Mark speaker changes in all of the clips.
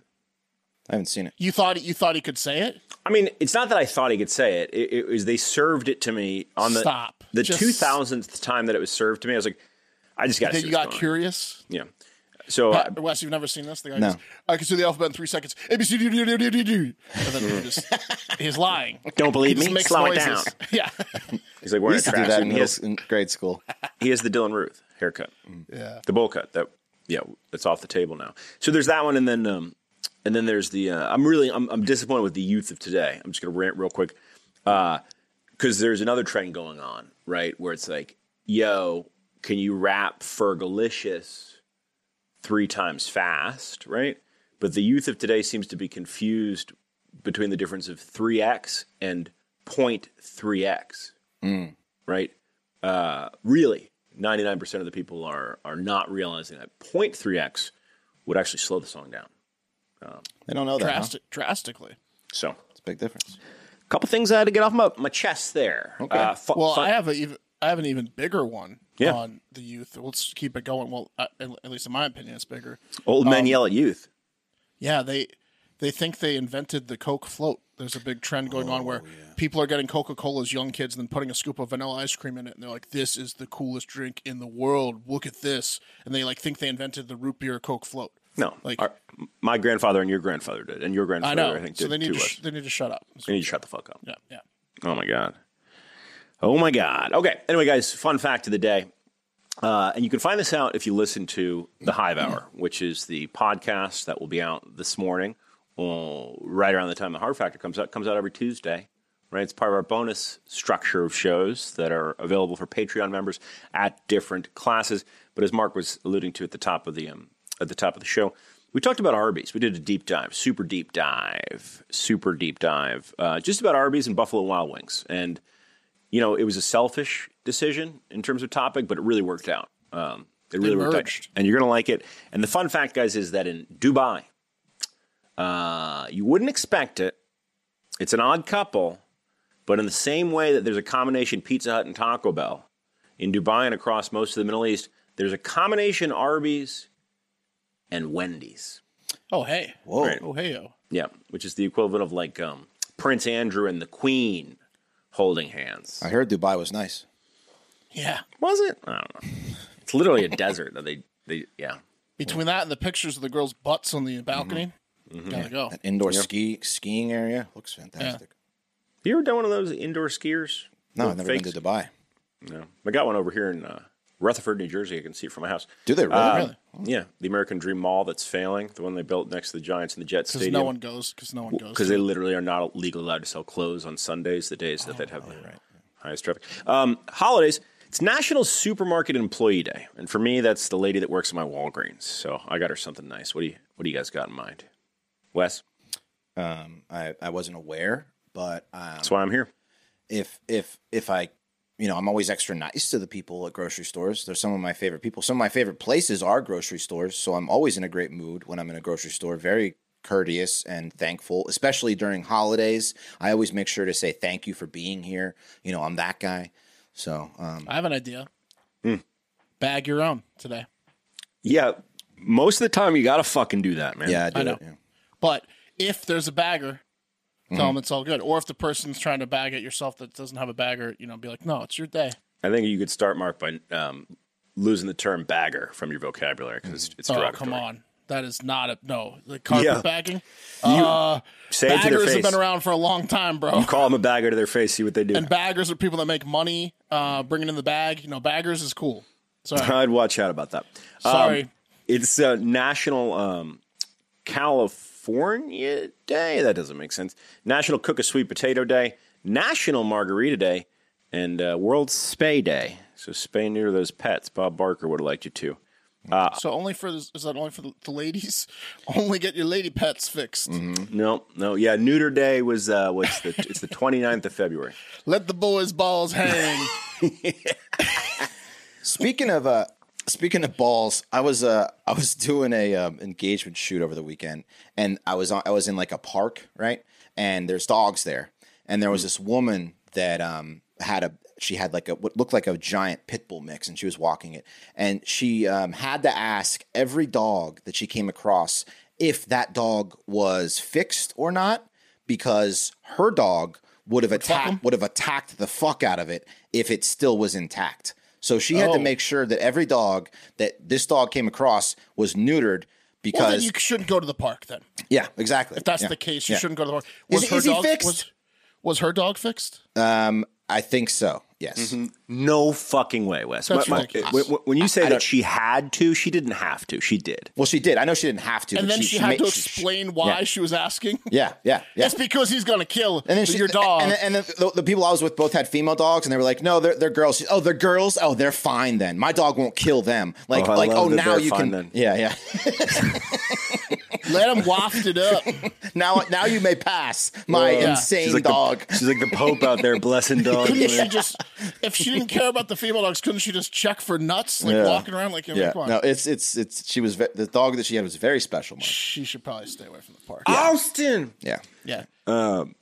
Speaker 1: I haven't seen it.
Speaker 2: You thought you thought he could say it?
Speaker 3: I mean, it's not that I thought he could say it. It, it was they served it to me on the
Speaker 2: Stop.
Speaker 3: the
Speaker 2: Just-
Speaker 3: two thousandth time that it was served to me. I was like, I just got.
Speaker 2: That you got curious?
Speaker 3: Yeah. So uh, I,
Speaker 2: Pat, Wes, you've never seen this? The guy
Speaker 1: No.
Speaker 2: goes, I can see the alphabet in three seconds. A B C D D D D D D. And then he just he's lying.
Speaker 3: don't believe
Speaker 2: He just
Speaker 3: me.
Speaker 2: makes
Speaker 3: Slow it
Speaker 2: noises.
Speaker 3: down.
Speaker 2: Yeah.
Speaker 3: He's
Speaker 1: We
Speaker 3: like wearing a
Speaker 1: used to do that
Speaker 3: tracksuit.
Speaker 1: in,
Speaker 3: and He
Speaker 1: middle,
Speaker 3: has
Speaker 1: in grade school.
Speaker 3: he has the Dylan Ruth haircut.
Speaker 2: Yeah.
Speaker 3: the bowl cut that yeah that's off the table now so there's that one and then um and then there's the uh, i'm really I'm, I'm disappointed with the youth of today i'm just gonna rant real quick uh because there's another trend going on right where it's like yo can you rap fergalicious three times fast right but the youth of today seems to be confused between the difference of 3x and 0.3x right? Uh, really, 99% of the people are are not realizing that 0.3x would actually slow the song down.
Speaker 1: They don't know that. huh?
Speaker 2: Drastic, drastically.
Speaker 3: So,
Speaker 1: It's a big difference.
Speaker 3: a couple things I had to get off my, my chest there. Okay. Uh, fu-
Speaker 2: Well,
Speaker 3: fun-
Speaker 2: I have a even I have an even bigger one
Speaker 3: Yeah.
Speaker 2: on the youth. Let's keep it going. Well, uh, at at least in my opinion, it's bigger.
Speaker 3: old
Speaker 2: um,
Speaker 3: men yell at youth.
Speaker 2: Yeah, they they think they invented the Coke float. There's a big trend going on
Speaker 1: Oh,
Speaker 2: where people are getting Coca Cola as young kids and then putting a scoop of vanilla ice cream in it, and they're like, "This is the coolest drink in the world. Look at this!" And they like think they invented the root beer Coke float.
Speaker 3: No,
Speaker 2: Like-
Speaker 3: our- my grandfather and your grandfather did, and your
Speaker 2: I
Speaker 3: grandfather, I,
Speaker 2: know.
Speaker 3: think, did
Speaker 2: so they need
Speaker 3: too.
Speaker 2: to
Speaker 3: us.
Speaker 2: sh- they need to shut up.
Speaker 3: they need to shut the fuck up.
Speaker 2: Yeah, yeah.
Speaker 3: Oh my god. Oh my god. Okay. Anyway, guys, fun fact of the day. Uh, and you can find this out if you listen to The Hive Hour, which is the podcast that will be out this morning, uh, right around the time the Hard Factor comes out. comes out every Tuesday, right? It's part of our bonus structure of shows that are available for Patreon members at different classes. But as Mark was alluding to at the top of the um, at the top of the show, we talked about Arby's. We did a deep dive, super deep dive, super deep dive, uh, just about Arby's and Buffalo Wild Wings, and you know, it was a selfish decision in terms of topic, but it really worked out. Um, it really worked out,
Speaker 2: merged.
Speaker 3: and you're gonna like it. And the fun fact, guys, is that in Dubai, uh, you wouldn't expect it. It's an odd couple, but in the same way that there's a combination Pizza Hut and Taco Bell in Dubai and across most of the Middle East, there's a combination Arby's and Wendy's.
Speaker 2: Oh hey,
Speaker 1: Whoa.
Speaker 2: oh hey oh.
Speaker 3: Yeah, which is the equivalent of like um, Prince Andrew and the Queen holding hands.
Speaker 1: I heard Dubai was nice.
Speaker 2: Yeah.
Speaker 3: Was it? I don't know. It's literally a desert that they they yeah.
Speaker 2: Between that and the pictures of the girls' butts on
Speaker 3: Mm-hmm.
Speaker 2: the balcony, gotta go.
Speaker 1: That indoor ski skiing area looks fantastic.
Speaker 3: You ever done one of those indoor skiers?
Speaker 1: No,
Speaker 3: Little
Speaker 1: I've never
Speaker 3: fakes?
Speaker 1: been to Dubai.
Speaker 3: No, I got one over here in uh, Rutherford, New Jersey. I can see it from my house.
Speaker 1: Do they really?
Speaker 2: Uh,
Speaker 3: Um, Yeah, the American Dream Mall that's failing, the one they built next to the Giants and the Jets
Speaker 2: Because
Speaker 3: stadium.
Speaker 2: no one goes. Because no one goes.
Speaker 3: because they literally are not legal allowed to sell clothes on Sundays, the days that they'd have
Speaker 1: Oh,
Speaker 3: the highest traffic. Um, holidays, it's National Supermarket Employee Day, and for me, that's the lady that works at my Walgreens. So I got her something nice. What do you What do you guys got in mind, Wes?
Speaker 1: Um, I, I wasn't aware, but um,
Speaker 3: That's why I'm here.
Speaker 1: if if if I, you know, I'm always extra nice to the people at grocery stores. They're some of my favorite people. Some of my favorite places are grocery stores, so I'm always in a great mood when I'm in a grocery store. Very courteous and thankful, especially during holidays. I always make sure to say thank you for being here. You know, I'm that guy. So um,
Speaker 2: I have an idea.
Speaker 3: Hmm.
Speaker 2: Bag your own today.
Speaker 3: Yeah, most of the time you got to fucking do that, man.
Speaker 1: yeah, I do.
Speaker 2: I
Speaker 1: it,
Speaker 2: know.
Speaker 1: yeah.
Speaker 2: But if there's a bagger, tell
Speaker 3: Mm-hmm.
Speaker 2: them it's all good. Or if the person's trying to bag it yourself that doesn't have a bagger, you know, be like, no, it's your day.
Speaker 3: I think you could start, Mark, by um, losing the term bagger from your vocabulary because it's, it's
Speaker 2: Oh,
Speaker 3: derogatory.
Speaker 2: come on. That is not a no. The carpet
Speaker 3: Yeah.
Speaker 2: bagging. Uh,
Speaker 3: Say it to their
Speaker 2: baggers have
Speaker 3: face.
Speaker 2: been around for a long time, bro.
Speaker 3: You call them a bagger to their face, see what they do.
Speaker 2: And baggers are people that make money uh, bringing in the bag. You know, baggers is cool. Sorry.
Speaker 3: I'd watch out about that. Um,
Speaker 2: Sorry.
Speaker 3: it's uh, National um, California Day. That doesn't make sense. National Cook a Sweet Potato Day. National Margarita Day, and uh, World Spay Day. So spay and neuter those pets. Bob Barker would have liked you too. Ah.
Speaker 2: so only for this, is that only for the, the ladies? only get your lady pets fixed.
Speaker 3: Mm-hmm. No, no, yeah, neuter day was uh, what's the it's the 29th of February.
Speaker 2: Let the boys' balls hang.
Speaker 1: Speaking of uh, speaking of balls, I was uh, I was doing a um, engagement shoot over the weekend, and I was on, I was in like a park, right? And there's dogs there, and there was this woman that um, had a she had like a what looked like a giant pit bull mix, and she was walking it, and she um, had to ask every dog that she came across if that dog was fixed or not, because her dog would have attacked would have attacked the fuck out of it if it still was intact. So she
Speaker 2: Oh.
Speaker 1: had to make sure that every dog that this dog came across was neutered because
Speaker 2: Well, then you shouldn't go to the park then.
Speaker 1: yeah, exactly. If
Speaker 2: That's the case. You shouldn't go to the park.
Speaker 1: Is he- is he fixed? Uh,
Speaker 2: Was, was her dog fixed?
Speaker 1: I think so. Yes.
Speaker 2: Mm-hmm.
Speaker 3: No fucking way, Wes.
Speaker 2: That's
Speaker 3: My- my-
Speaker 2: ridiculous.
Speaker 3: when, when you say
Speaker 1: I don't-
Speaker 3: that she had to, she didn't have to. She did.
Speaker 1: Well, she did. I know she didn't have to.
Speaker 2: And
Speaker 1: but
Speaker 2: then
Speaker 1: she
Speaker 2: she, had
Speaker 1: ma-
Speaker 2: to
Speaker 1: she- she-
Speaker 2: explain why
Speaker 1: yeah.
Speaker 2: she was asking.
Speaker 1: Yeah, yeah, yeah.
Speaker 2: It's because he's gonna kill
Speaker 1: and then she,
Speaker 2: your dog.
Speaker 1: And, then- and then the, the people I was with both had female dogs, and they were like, "No, they're, they're girls." She- oh, they're girls. Oh, they're fine then. My dog won't kill them. Like,
Speaker 3: Oh, I
Speaker 1: like,
Speaker 3: love
Speaker 1: oh,
Speaker 3: that
Speaker 1: now
Speaker 3: they're
Speaker 1: you can.
Speaker 3: fine then.
Speaker 1: Yeah, yeah.
Speaker 2: Let him waft it up.
Speaker 1: now, now you may pass my
Speaker 2: Yeah.
Speaker 1: insane
Speaker 3: She's like
Speaker 1: dog.
Speaker 3: The, she's like the Pope out there blessing dogs.
Speaker 2: Couldn't she just, if she didn't care about the female dogs, couldn't she just check for nuts, like
Speaker 1: Yeah.
Speaker 2: walking around like, yeah,
Speaker 1: yeah.
Speaker 2: come on.
Speaker 1: No, it's it's it's. She was ve- the dog that she had was very special. Mike.
Speaker 2: She should probably stay away from the park.
Speaker 3: Austin.
Speaker 1: Yeah.
Speaker 2: yeah,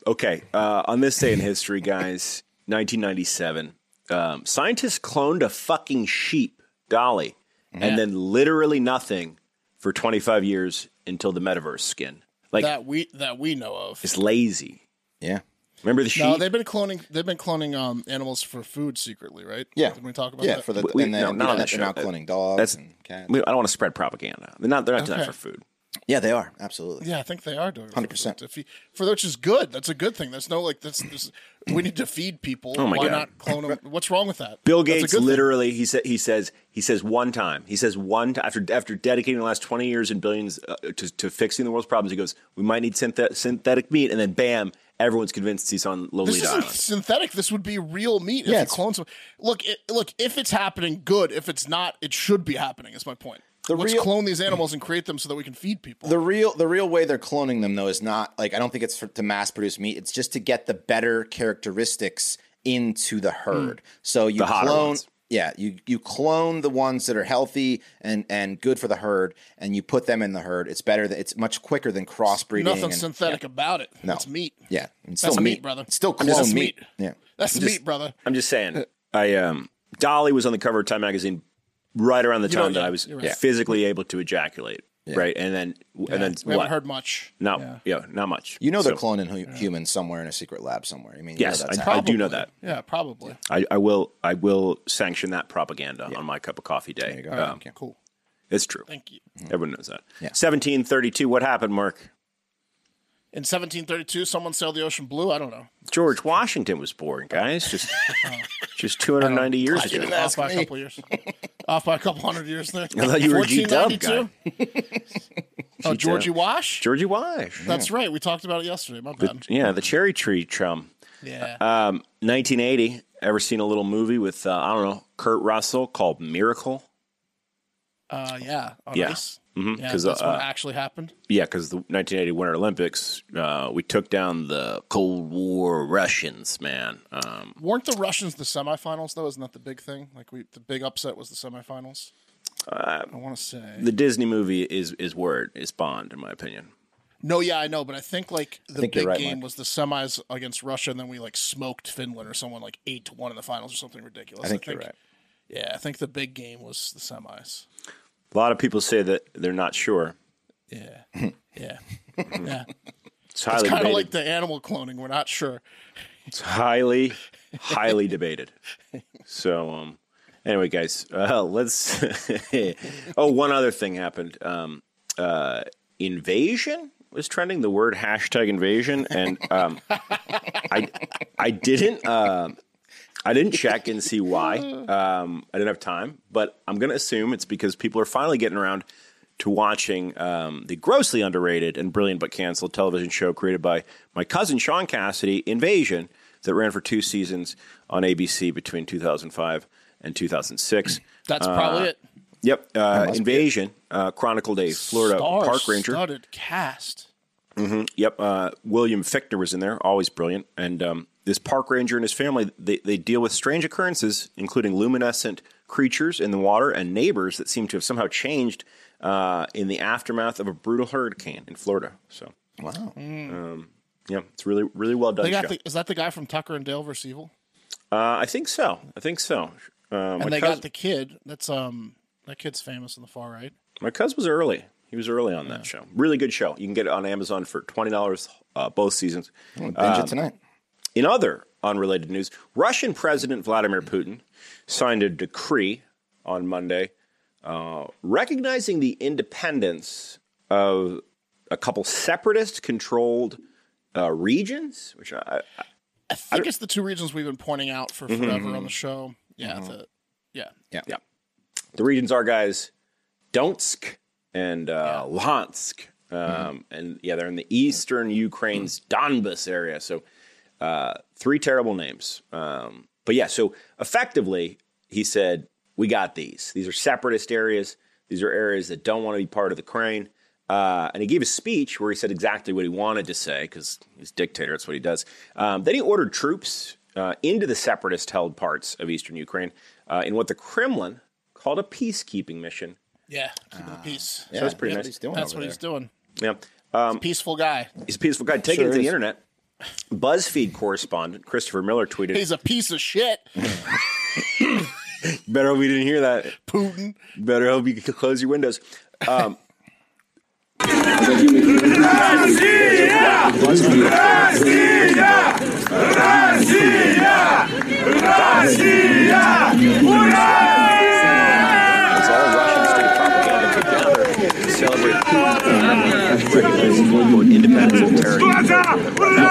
Speaker 3: Okay. Uh, on this day in history, guys, 1997, um, scientists cloned a fucking sheep, Dolly, and then literally nothing for 25 years until the metaverse skin. Like,
Speaker 2: that we that we know of.
Speaker 3: it's lazy.
Speaker 1: Yeah.
Speaker 3: Remember the sheep?
Speaker 2: No, they've been cloning. They've been cloning um, animals for food secretly, right?
Speaker 1: Yeah.
Speaker 2: Didn't we talk about
Speaker 1: yeah,
Speaker 2: that?
Speaker 1: for the
Speaker 3: We-
Speaker 1: and then
Speaker 3: no,
Speaker 1: and
Speaker 3: not on
Speaker 1: then
Speaker 3: that
Speaker 1: they're
Speaker 3: show.
Speaker 1: now cloning dogs
Speaker 3: That's-
Speaker 1: and cats.
Speaker 3: We- I don't want to spread propaganda. They're not, they're not doing that
Speaker 2: Okay.
Speaker 3: for food.
Speaker 1: Yeah, they are absolutely.
Speaker 2: yeah, I think they are doing hundred
Speaker 1: 100%.
Speaker 2: If you, for which is good. That's a good thing. That's no like that's, this we need to feed people.
Speaker 3: my
Speaker 2: Why
Speaker 3: God.
Speaker 2: not clone them? What's wrong with that?
Speaker 3: Bill
Speaker 2: That's a
Speaker 3: Gates
Speaker 2: good thing.
Speaker 3: literally he said he says he says one time he says one time after after dedicating the last twenty years and billions uh, to, to fixing the world's problems he goes we might need synthet- synthetic meat and then bam everyone's convinced he's on
Speaker 2: This
Speaker 3: Lolita
Speaker 2: isn't
Speaker 3: Island.
Speaker 2: synthetic. This would be real meat.
Speaker 1: Yeah,
Speaker 2: if you
Speaker 1: it's-
Speaker 2: clone some. Look, it, look. If it's happening, good. If it's not, it should be happening. Is my point.
Speaker 1: The
Speaker 2: Let's
Speaker 1: real-
Speaker 2: clone these animals and create them so that we can feed people.
Speaker 1: The real the real way they're cloning them though is not like I don't think it's for, to mass produce meat. It's just to get the better characteristics into the herd. So you
Speaker 3: Mm. The hotter
Speaker 1: clone
Speaker 3: ones.
Speaker 1: yeah, you you clone the ones that are healthy and and good for the herd and you put them in the herd. It's better that it's much quicker than crossbreeding
Speaker 2: Nothing
Speaker 1: and-
Speaker 2: synthetic about it.
Speaker 1: No.
Speaker 2: It's meat.
Speaker 1: Yeah. It's
Speaker 2: That's
Speaker 1: still
Speaker 2: meat, brother.
Speaker 1: It's still
Speaker 2: That's
Speaker 1: clone
Speaker 2: just
Speaker 1: meat.
Speaker 2: meat.
Speaker 1: Yeah.
Speaker 2: That's meat, brother.
Speaker 3: I'm just
Speaker 2: Uh,
Speaker 3: saying I um Dolly was on the cover of Time magazine right around the
Speaker 2: know,
Speaker 3: time that
Speaker 2: yeah,
Speaker 3: I was
Speaker 2: you're right.
Speaker 3: physically able to ejaculate right and then and then
Speaker 2: We
Speaker 3: what
Speaker 2: haven't heard much.
Speaker 3: not yeah. not much
Speaker 1: You know they're
Speaker 3: So,
Speaker 1: cloning hu- humans somewhere in a secret lab somewhere. I mean, you know
Speaker 3: yes
Speaker 1: that's
Speaker 3: I, I
Speaker 1: happening.
Speaker 3: do know that
Speaker 2: Yeah, probably.
Speaker 3: I, I will I will sanction that propaganda on my cup of coffee day Um,
Speaker 1: Okay.
Speaker 2: Cool.
Speaker 3: it's true
Speaker 2: Thank you.
Speaker 3: Everyone knows that. 1732. What happened, Mark?
Speaker 2: In 1732, someone sailed the ocean blue. I don't know.
Speaker 3: George Washington was born, guys. Just, just
Speaker 2: Oh,
Speaker 3: 290 years ago.
Speaker 2: Off by a couple years. Off by a couple hundred years there.
Speaker 3: I thought you were a G-Dub guy.
Speaker 2: 1492? oh, Georgie Wash.
Speaker 3: Georgie Wash.
Speaker 2: That's right. We talked about it yesterday. My bad.
Speaker 3: Yeah, the cherry tree chum.
Speaker 2: Yeah.
Speaker 3: Um, 1980. Ever seen a little movie with uh, I don't know Kurt Russell called Miracle?
Speaker 2: Uh, yeah. On
Speaker 3: yeah.
Speaker 2: ice.
Speaker 3: Mhm,
Speaker 2: Yeah,
Speaker 3: 'cause,
Speaker 2: that's
Speaker 3: uh,
Speaker 2: what actually happened.
Speaker 3: Yeah, because the 1980 Winter Olympics, uh, we took down the Cold War Russians, man. Um,
Speaker 2: Weren't the Russians the semifinals though? Isn't that the big thing? Like we, the big upset was the semifinals.
Speaker 3: Uh,
Speaker 2: I want to say
Speaker 3: the Disney movie is is word is Bond, in my opinion.
Speaker 2: no. Yeah, I know, but I think like the
Speaker 1: think you're
Speaker 2: big
Speaker 1: right,
Speaker 2: game
Speaker 1: Mike.
Speaker 2: was the semis against Russia, and then we like smoked Finland or someone like eight to one in the finals or something ridiculous.
Speaker 1: I think you're right.
Speaker 2: Yeah, I think the big game was the semis.
Speaker 3: A lot of people say that they're not sure.
Speaker 2: Yeah, yeah, yeah.
Speaker 3: It's highly
Speaker 2: It's kind of
Speaker 3: debated.
Speaker 2: like the animal cloning. We're not sure.
Speaker 3: It's highly, highly debated. So, um, anyway, guys, uh, let's. oh, one other thing happened. Um, uh, invasion was trending. The word hashtag invasion, and um, I, I didn't, um I didn't check and see why. Um, I didn't have time, but I'm gonna assume it's because people are finally getting around to watching um, the grossly underrated and brilliant but canceled television show created by my cousin Sean Cassidy, Invasion, that ran for two seasons on ABC between 2005 and 2006.
Speaker 2: That's probably it.
Speaker 3: Yep, uh, Invasion uh, chronicled a Florida park ranger.
Speaker 2: studded cast.
Speaker 3: Yep. Uh, William Fichtner was in there, always brilliant. And um, this park ranger and his family, they, they deal with strange occurrences, including luminescent creatures in the water and neighbors that seem to have somehow changed uh, in the aftermath of a brutal hurricane in Florida. So
Speaker 1: Wow.
Speaker 3: Yeah, it's really really well done.
Speaker 2: They got
Speaker 3: show.
Speaker 2: the, is that the guy from Tucker and Dale versus Evil?
Speaker 3: uh, I think so. I think so. Uh, my,
Speaker 2: And they
Speaker 3: cousin,
Speaker 2: got the kid. That's um that kid's famous on the far right.
Speaker 3: my cousin was early. He was early on that show. Really good show. You can get it on Amazon for twenty dollars uh, both seasons.
Speaker 1: I'm gonna
Speaker 3: Um,
Speaker 1: binge it tonight.
Speaker 3: In other unrelated news, Russian President Vladimir Putin signed a decree on Monday uh, recognizing the independence of a couple separatist controlled uh, regions, which I, I-
Speaker 2: I think it's the two regions we've been pointing out for forever on the show. Yeah, the, yeah.
Speaker 3: yeah, the regions are guys Donetsk and uh, Luhansk. Um, And yeah, they're in the eastern Ukraine's Donbas area. So uh, three terrible names. Um, but yeah, so effectively, he said, We got these. These are separatist areas. These are areas that don't want to be part of the Ukraine. Uh, and he gave a speech where he said exactly what he wanted to say because he's a dictator. That's what he does. Um, then he ordered troops uh, into the separatist held parts of eastern Ukraine uh, in what the Kremlin called a peacekeeping mission.
Speaker 2: Yeah, keeping the peace.
Speaker 1: Uh, Yeah,
Speaker 3: that's pretty nice.
Speaker 1: What he's doing
Speaker 2: That's
Speaker 1: over
Speaker 2: what
Speaker 1: there. Um,
Speaker 2: he's doing.
Speaker 3: Yeah.
Speaker 2: Peaceful guy.
Speaker 3: He's a peaceful guy. Take it
Speaker 1: Sure
Speaker 3: to the
Speaker 1: is.
Speaker 3: internet. BuzzFeed correspondent Christopher Miller tweeted,
Speaker 2: He's a piece of shit,
Speaker 3: Better hope you didn't hear that.
Speaker 2: Putin.
Speaker 3: Better hope you can close your windows. Um, It's all Russian state propaganda together to celebrate Putin's recognition of independence of terror.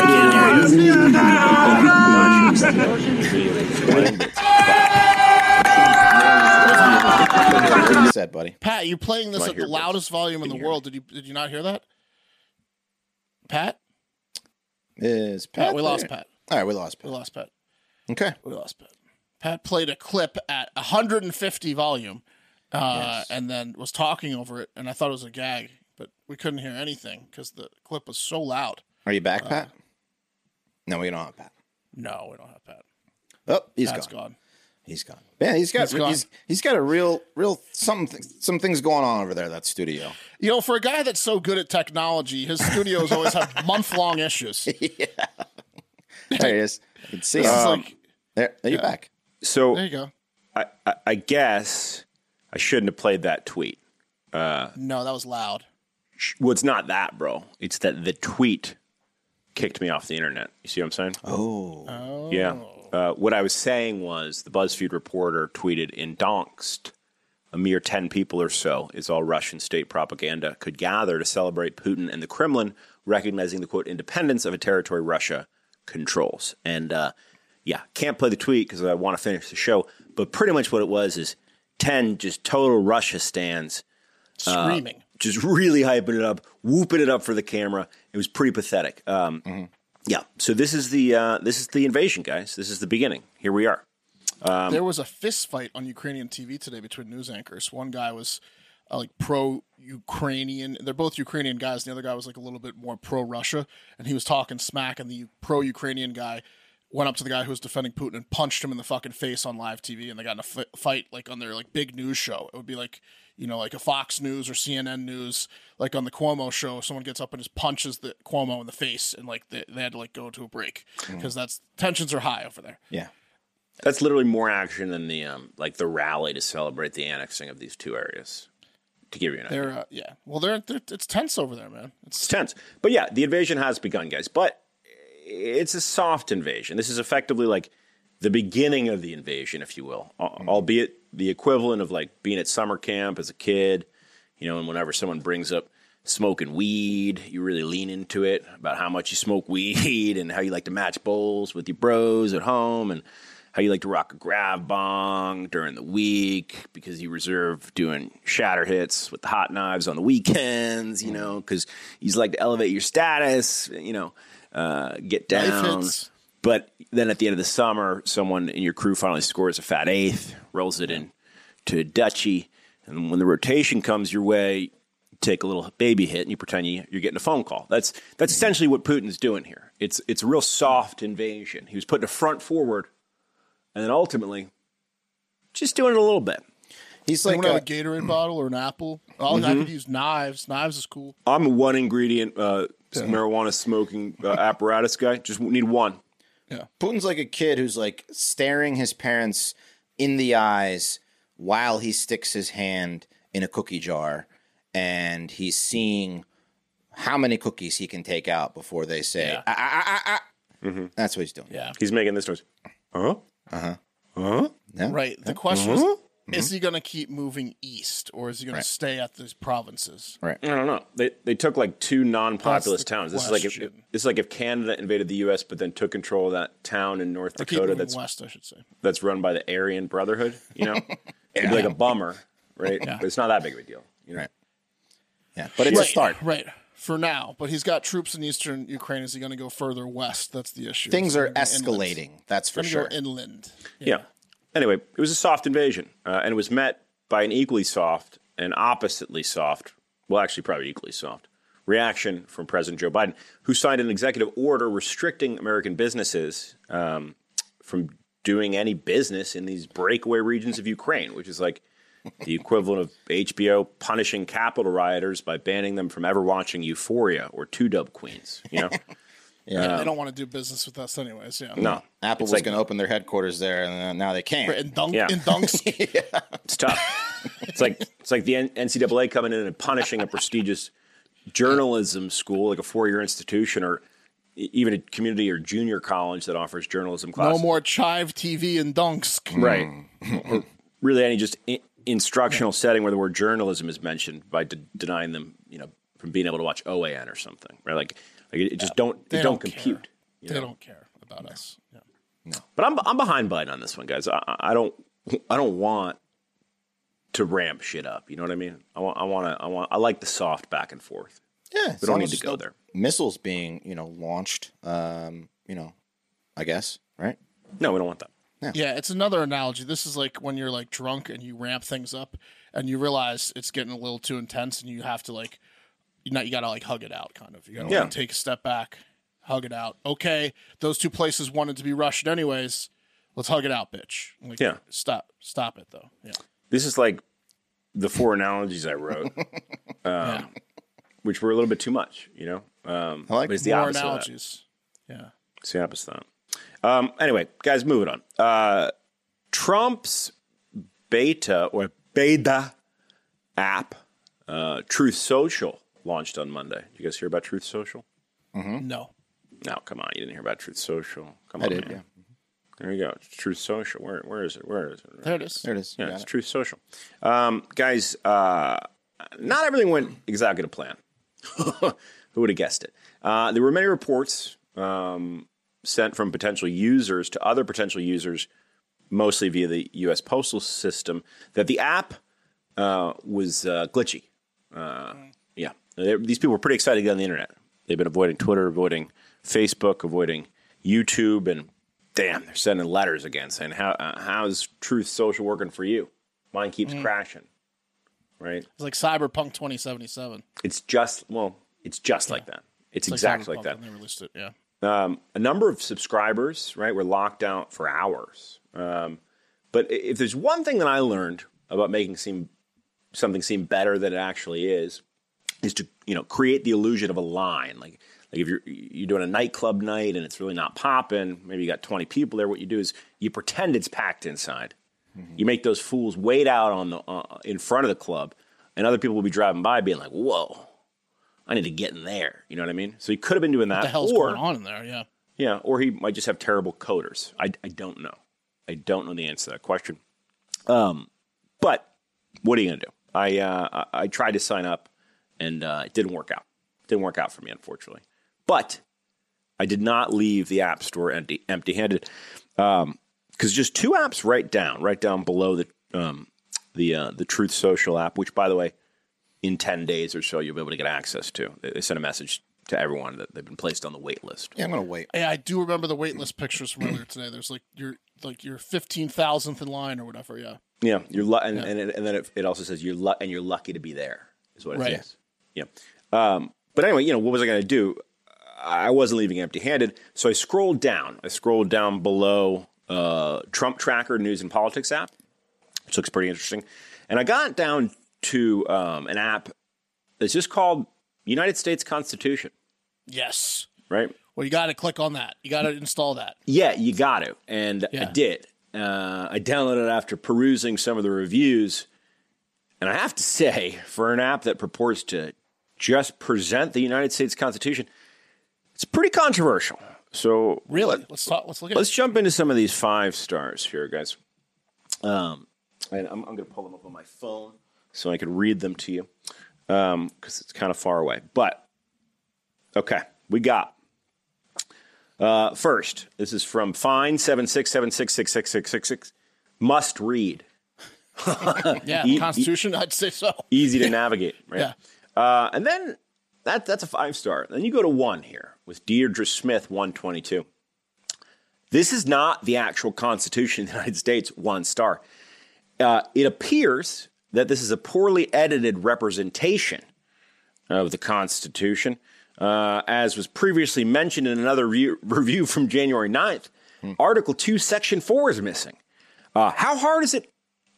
Speaker 1: That's what he said, buddy.
Speaker 2: Pat, you playing this
Speaker 3: My
Speaker 2: at the
Speaker 3: earbuds.
Speaker 2: loudest volume in the world. Did you did you not hear that? Pat?
Speaker 1: Is Pat?
Speaker 2: Pat, we lost
Speaker 1: there?
Speaker 2: Pat.
Speaker 1: All right, we lost
Speaker 2: We
Speaker 1: Pat.
Speaker 2: lost Pat.
Speaker 1: Okay.
Speaker 2: We lost Pat. Pat played a clip at 150 volume uh, and then was talking over it, and I thought it was a gag, but we couldn't hear anything because the clip was so loud.
Speaker 1: Are you back, Pat? No, we don't have Pat.
Speaker 2: No, we don't have Pat.
Speaker 1: Oh, he's
Speaker 2: Pat's
Speaker 1: gone.
Speaker 2: gone.
Speaker 1: He's gone. Yeah, he's got
Speaker 2: He's gone.
Speaker 1: he's he's got a real real something some things going on over there. That studio.
Speaker 2: You know, for a guy that's so good at technology, his studios always have month long issues. It's
Speaker 1: There he is. You can see him. Um,
Speaker 2: like,
Speaker 1: there, there you're back.
Speaker 3: So
Speaker 2: there you go.
Speaker 3: I, I, I guess I shouldn't have played that tweet.
Speaker 2: No, that was loud.
Speaker 3: Sh- Well, it's not that, bro. It's that the tweet kicked me off the internet. You see what I'm saying?
Speaker 1: Oh,
Speaker 3: Yeah. Uh, what I was saying was the BuzzFeed reporter tweeted in Donetsk, a mere 10 people or so is all Russian state propaganda could gather to celebrate Putin and the Kremlin recognizing the quote independence of a territory Russia controls. And uh, yeah, can't play the tweet because I want to finish the show. But pretty much what it was is 10 just total Russia stands
Speaker 2: Screaming.
Speaker 3: just really hyping it up, whooping it up for the camera. It was pretty pathetic. Um, Yeah. So this is the uh, this is the invasion, guys. This is the beginning. Here we are.
Speaker 2: there was a fist fight on Ukrainian TV today between news anchors. One guy was uh, like pro Ukrainian. They're both Ukrainian guys. And the other guy was like a little bit more pro Russia, and he was talking smack. And the pro Ukrainian guy went up to the guy who was defending Putin and punched him in the fucking face on live TV. And they got in a f- fight like on their like big news show. It would be like you know like a Fox News or CNN News like on the Cuomo show. Someone gets up and just punches the Cuomo in the face, and like they, they had to like go to a break because that's tensions are high over there.
Speaker 1: yeah.
Speaker 3: That's literally more action than the um, like the rally to celebrate the annexing of these two areas. To give you an idea.
Speaker 2: They're uh, yeah. Well, they're, they're it's tense over there, man. It's
Speaker 3: It's tense. But yeah, the invasion has begun, guys. But it's a soft invasion. This is effectively like the beginning of the invasion, if you will, al- albeit the equivalent of like being at summer camp as a kid, you know, and whenever someone brings up smoking weed, you really lean into it about how much you smoke weed and how you like to match bowls with your bros at home and how you like to rock a grab bong during the week because you reserve doing shatter hits with the hot knives on the weekends, you know, because you just like to elevate your status, you know, uh, get down.
Speaker 2: hits.
Speaker 3: But then at the end of the summer, someone in your crew finally scores a fat eighth, rolls it in to a duchy. And when the rotation comes your way, you take a little baby hit and you pretend you- you're getting a phone call. That's that's
Speaker 2: Mm-hmm.
Speaker 3: essentially what Putin's doing here. It's it's a real soft invasion. He was putting a front forward, and then ultimately, just doing it a little bit.
Speaker 1: He's
Speaker 2: Like
Speaker 1: like Mm-hmm.
Speaker 2: Anyone
Speaker 1: uh,
Speaker 2: have a Gatorade bottle or an apple? Oh, I could use knives. Knives is cool.
Speaker 3: I'm one ingredient uh, marijuana smoking uh, apparatus guy. Just need one.
Speaker 1: Putin's like a kid who's like staring his parents in the eyes while he sticks his hand in a cookie jar and he's seeing how many cookies he can take out before they say "Ah, ah, ah, ah, ah." That's what he's doing.
Speaker 2: Yeah.
Speaker 3: He's making this noise. Huh?
Speaker 1: Mm-hmm.
Speaker 2: Right. The question is, is he going to keep moving east or is he going to stay at these provinces?
Speaker 3: I don't know. They they took like two non-populous
Speaker 2: That's the
Speaker 3: towns. This is like if,
Speaker 2: question.
Speaker 3: this is like if Canada invaded the U.S. but then took control of that town in North
Speaker 2: Keep
Speaker 3: Dakota
Speaker 2: moving
Speaker 3: that's
Speaker 2: west, I should say.
Speaker 3: that's run by the Aryan Brotherhood. You know, it'd be like a bummer, right? But it's not that big of a deal. You know?
Speaker 1: Right. Yeah. But it's
Speaker 2: right,
Speaker 1: a start.
Speaker 2: Right. For now. But he's got troops in eastern Ukraine. Is he going to go further west? That's the issue.
Speaker 1: Things
Speaker 2: Is he
Speaker 1: are
Speaker 2: gonna go inland?
Speaker 1: escalating. That's for
Speaker 2: He's gonna
Speaker 1: sure.
Speaker 2: Go inland.
Speaker 3: Yeah. Anyway, it was a soft invasion, uh, and it was met by an equally soft and oppositely soft, well, actually, probably equally soft reaction from President Joe Biden, who signed an executive order restricting American businesses um, from doing any business in these breakaway regions of Ukraine, which is like the equivalent of HBO punishing capital rioters by banning them from ever watching Euphoria or Two Dub Queens. You know,
Speaker 2: And they don't want to do business with us, anyways. Yeah.
Speaker 3: no,
Speaker 1: Apple was going to open their headquarters there and now they can't.
Speaker 2: Right, In, Dunk,
Speaker 3: Yeah.
Speaker 2: in Dunks.
Speaker 3: It's tough. it's like it's like the N- NCAA coming in and punishing a prestigious journalism school, like a four-year institution, or e- even a community or junior college that offers journalism
Speaker 2: no
Speaker 3: classes.
Speaker 2: more Chive TV in Dunks.
Speaker 3: right? or really, any just in- instructional setting where the word journalism is mentioned by de- denying them, you know, from being able to watch OAN or something, right? Like, like it, it just don't it
Speaker 2: They
Speaker 3: don't,
Speaker 2: don't care.
Speaker 3: compute.
Speaker 2: They don't care about us. Yeah.
Speaker 3: But I'm I'm behind Biden on this one, guys. I, I I don't I don't want to ramp shit up. You know what I mean? I want I want to I want I like the soft back and forth.
Speaker 1: Yeah, as
Speaker 3: don't
Speaker 1: long
Speaker 3: need
Speaker 1: as
Speaker 3: to
Speaker 1: there's
Speaker 3: go
Speaker 1: no
Speaker 3: there.
Speaker 1: Missiles being, you know, launched. Um, you know, I guess, right?
Speaker 3: No, we don't want that.
Speaker 2: Yeah, it's another analogy. This is like when you're like drunk and you ramp things up and you realize it's getting a little too intense and you have to like you know you gotta like hug it out kind of. You gotta
Speaker 3: Yeah.
Speaker 2: like, take a step back, hug it out. Okay, those two places wanted to be rushed anyways. Let's hug it out, bitch. Like,
Speaker 3: Yeah.
Speaker 2: Stop stop it though. Yeah.
Speaker 3: This is like the four analogies I wrote, Um,
Speaker 2: yeah.
Speaker 3: which were a little bit too much. You know, um,
Speaker 1: I like
Speaker 3: but it's the
Speaker 2: More
Speaker 3: opposite. Of that.
Speaker 2: analogies. Yeah.
Speaker 3: It's the opposite of that. Um, anyway, guys, moving on. Uh, Trump's beta or beta app, uh, Truth Social, launched on Monday. Did you guys hear about Truth Social? Hmm?
Speaker 2: No.
Speaker 3: No, come on, you didn't hear about Truth Social. Come
Speaker 1: I
Speaker 3: on,
Speaker 1: did.
Speaker 3: man.
Speaker 1: Yeah,
Speaker 3: There you go. It's Truth Social. Where where is it? Where is it?
Speaker 2: There it is.
Speaker 1: there it is.
Speaker 3: Yeah,
Speaker 1: Got
Speaker 3: it's
Speaker 1: it.
Speaker 3: Truth Social. Um, guys, uh, not everything went exactly to plan. Who would have guessed it? Uh, there were many reports um, sent from potential users to other potential users, mostly via the U.S. postal system, that the app uh, was uh, glitchy. Uh, yeah, They- these people were pretty excited to get on the internet. They've been avoiding Twitter, avoiding Facebook, avoiding YouTube, and damn, they're sending letters again saying, "How uh, how's Truth Social working for you? Mine keeps crashing." Right?
Speaker 2: It's like Cyberpunk twenty seventy seven.
Speaker 3: It's just well, it's just like that. It's, exactly like that
Speaker 2: They released it. Yeah.
Speaker 3: um, a number of subscribers, right, were locked out for hours. Um, but i- if there's one thing that I learned about making seem something seem better than it actually is, is to you know create the illusion of a line. Like like if you're you're doing a nightclub night and it's really not popping, maybe you got 20 people there. What you do is you pretend it's packed inside.
Speaker 2: Mm-hmm.
Speaker 3: You make those fools wait out on the uh, in front of the club, and other people will be driving by, being like, "Whoa." I need to get in there. You know what I mean? So he could have been doing that.
Speaker 2: What the hell's
Speaker 3: Uh, or,
Speaker 2: going on in there? Yeah.
Speaker 3: yeah, or he might just have terrible coders. I, I don't know. I don't know the answer to that question. Um, but what are you going to do? I, uh, I I tried to sign up and uh, it didn't work out. Didn't work out for me, unfortunately. But I did not leave the app store empty empty handed because just two apps right down, right down below the um, the uh, the Truth Social app, which by the way, in ten days or so, you'll be able to get access to. They, they sent a message to everyone that they've been placed on the wait list.
Speaker 1: Yeah, I'm gonna wait.
Speaker 2: Yeah, I do remember the wait list pictures from earlier today. There's like your like your fifteen thousandth in line or whatever. Yeah,
Speaker 3: Yeah, you're lu- and, and and then it, it also says you're lu- and you're lucky to be there is what it
Speaker 2: Right.
Speaker 3: says. Yeah. Um, but anyway, you know what was I going to do? I wasn't leaving empty-handed, so I scrolled down. I scrolled down below uh, Trump Tracker News and Politics app, which looks pretty interesting, And I got down to um, an app that's just called United States Constitution,
Speaker 2: Yes.
Speaker 3: right?
Speaker 2: Well, you got to click on that. You got to install that.
Speaker 3: Yeah, you got to. And I
Speaker 2: Yeah.
Speaker 3: did. Uh, I downloaded it after perusing some of the reviews. And I have to say, for an app that purports to just present the United States Constitution, it's pretty controversial. So
Speaker 2: Really? Let's talk. Let's look at
Speaker 3: Let's jump into some of these five stars here, guys. Um, and I'm, I'm going to pull them up on my phone so I can read them to you because it's kind of far away. But okay, we got uh, first. This is from Fine seven six seven six six six six six six. Must read,
Speaker 2: it. Yeah,
Speaker 3: e-
Speaker 2: the Constitution. I'd say so.
Speaker 3: easy to navigate. Right?
Speaker 2: Yeah.
Speaker 3: Uh, and then that that's a five star. Then you go to one here with Deirdre Smith, one twenty two. This is not the actual Constitution of the United States, one star. Uh, it appears that this is a poorly edited representation of the Constitution. Uh, as was previously mentioned in another review, review from January 9th,
Speaker 2: Hmm.
Speaker 3: Article 2, Section 4 is missing. Uh, how hard is it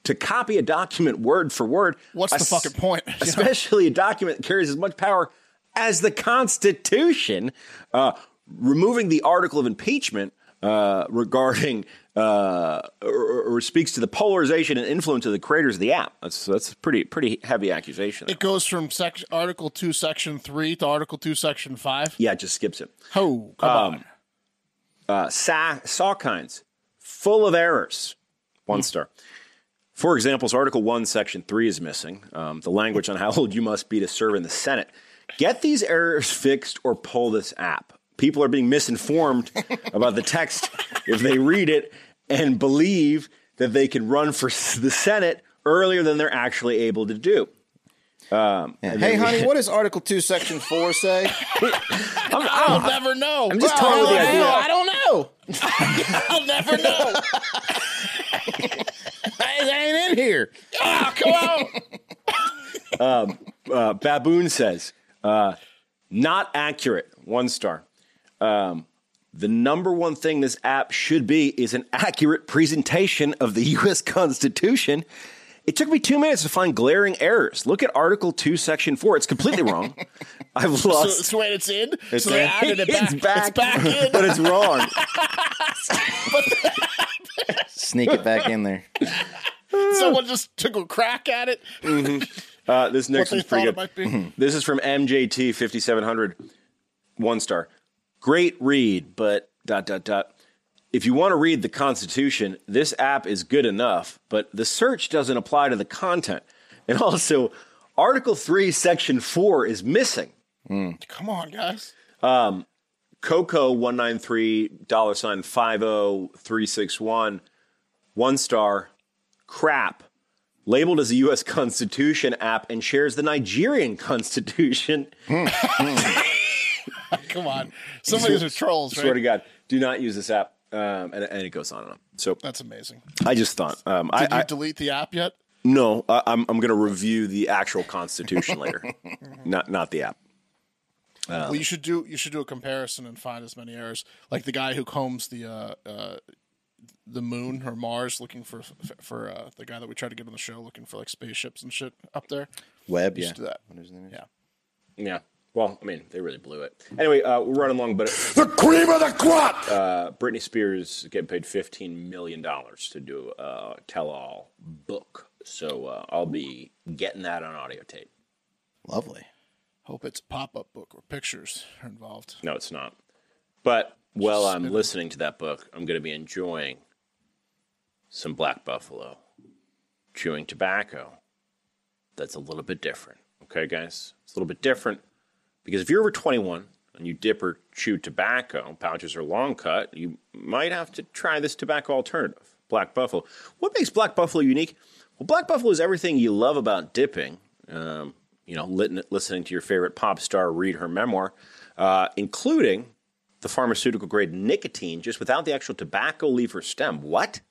Speaker 3: to copy a document word for word?
Speaker 2: What's the
Speaker 3: Es-
Speaker 2: fucking point?
Speaker 3: especially a document that carries as much power as the Constitution, uh, removing the article of impeachment uh, regarding uh, or, or speaks to the polarization and influence of the creators of the app. That's that's a pretty pretty heavy accusation. there.
Speaker 2: It goes from section Article Two, Section Three to Article Two, Section Five.
Speaker 3: yeah, it just skips it.
Speaker 2: Oh, come on.
Speaker 3: Uh, sa- saw kinds full of errors. One star. For examples, Article 1, Section 3 is missing. Um, the language on how old you must be to serve in the Senate. Get these errors fixed or pull this app. People are being misinformed about the text if they read it and believe that they can run for s- the Senate earlier than they're actually able to do.
Speaker 1: Hey, honey, what does Article Two, Section Four say?
Speaker 2: I'll never know. I'm
Speaker 3: just toying with the idea.
Speaker 1: I don't know.
Speaker 2: I'll never know.
Speaker 1: It ain't in here.
Speaker 2: Ah, come on.
Speaker 3: Uh, Baboon says, uh, not accurate. One star. Um, the number one thing this app should be is an accurate presentation of the U.S. Constitution. It took me two minutes to find glaring errors. Look at Article 2, Section 4. It's completely wrong. I've
Speaker 2: So,
Speaker 3: lost.
Speaker 2: so wait, it's in. so they
Speaker 3: in.
Speaker 2: added it back.
Speaker 3: It's back.
Speaker 2: It's back in.
Speaker 3: but it's wrong.
Speaker 1: Sneak it back in there.
Speaker 2: Someone just took a crack at it.
Speaker 3: Uh, this next
Speaker 2: What they
Speaker 3: one's pretty
Speaker 2: thought
Speaker 3: good. Mm-hmm.
Speaker 2: it might be.
Speaker 3: This is from MJT 5700, one star. Great read, but dot, dot, dot. If you want to read the Constitution, this app is good enough, but the search doesn't apply to the content. And also, Article 3, Section 4 is missing.
Speaker 2: Come on, guys.
Speaker 3: Coco one nine three dollar sign five zero three six one, one star, crap, labeled as a U.S. Constitution app and shares the Nigerian Constitution.
Speaker 2: Come on. Some of these are trolls,
Speaker 3: Swear to
Speaker 2: right?
Speaker 3: God, do not use this app. Um, and, and it goes on and on. So
Speaker 2: That's amazing.
Speaker 3: I just thought, um, I,
Speaker 2: Did you
Speaker 3: I
Speaker 2: delete the app yet?
Speaker 3: no, I, I'm I'm going to review the actual Constitution later, not not the app. Uh.
Speaker 2: well, you should do you should do a comparison and find as many errors. Like the guy who combs the uh, uh, the moon or Mars, looking for for uh, the guy that we tried to get on the show, looking for like spaceships and shit up there.
Speaker 1: Web, yeah.
Speaker 2: Just do that. Yeah.
Speaker 3: Yeah. Well, I mean, they really blew it. Anyway, uh, we're running long, but. uh,
Speaker 4: The cream of the crop!
Speaker 3: Britney Spears is getting paid fifteen million dollars to do a tell-all book, so uh, I'll be getting that on audio tape.
Speaker 1: Lovely.
Speaker 2: Hope it's a pop up book where pictures are involved.
Speaker 3: No, it's not. But while I'm listening to that book, I'm going to be enjoying some Black Buffalo, chewing tobacco. That's a little bit different, okay, guys? It's a little bit different because if you're over 21 and you dip or chew tobacco, pouches or long cut, you might have to try this tobacco alternative, Black Buffalo. What makes Black Buffalo unique? Well, Black Buffalo is everything you love about dipping. Um, you know, lit- listening to your favorite pop star read her memoir, uh, including the pharmaceutical grade nicotine, just without the actual tobacco leaf or stem. What?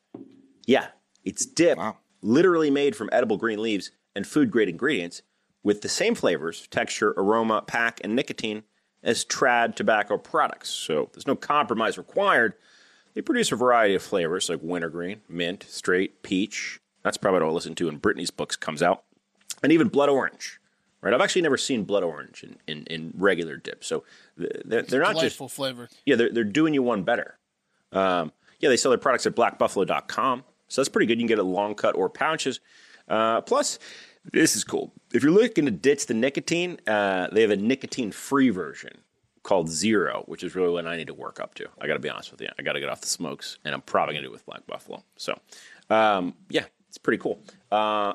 Speaker 3: Yeah, it's dip, literally made from edible green leaves and food grade ingredients with the same flavors, texture, aroma, pack, and nicotine as trad tobacco products. So there's no compromise required. They produce a variety of flavors like wintergreen, mint, straight, peach, That's probably what I'll listen to when Britney's books comes out. And even Blood Orange, right? I've actually never seen Blood Orange in, in, in regular dip. So th- they're, they're not just
Speaker 2: Delightful flavor.
Speaker 3: yeah, they're, they're doing you one better. Um, yeah, they sell their products at blackbuffalo.com. So that's pretty good. You can get it long cut or pouches. Uh, plus, this is cool. If you're looking to ditch the nicotine, uh, they have a nicotine free version called Zero, which is really what I need to work up to. I got to be honest with you. I got to get off the smokes, and I'm probably going to do it with Black Buffalo. So, um, yeah, it's pretty cool. Uh,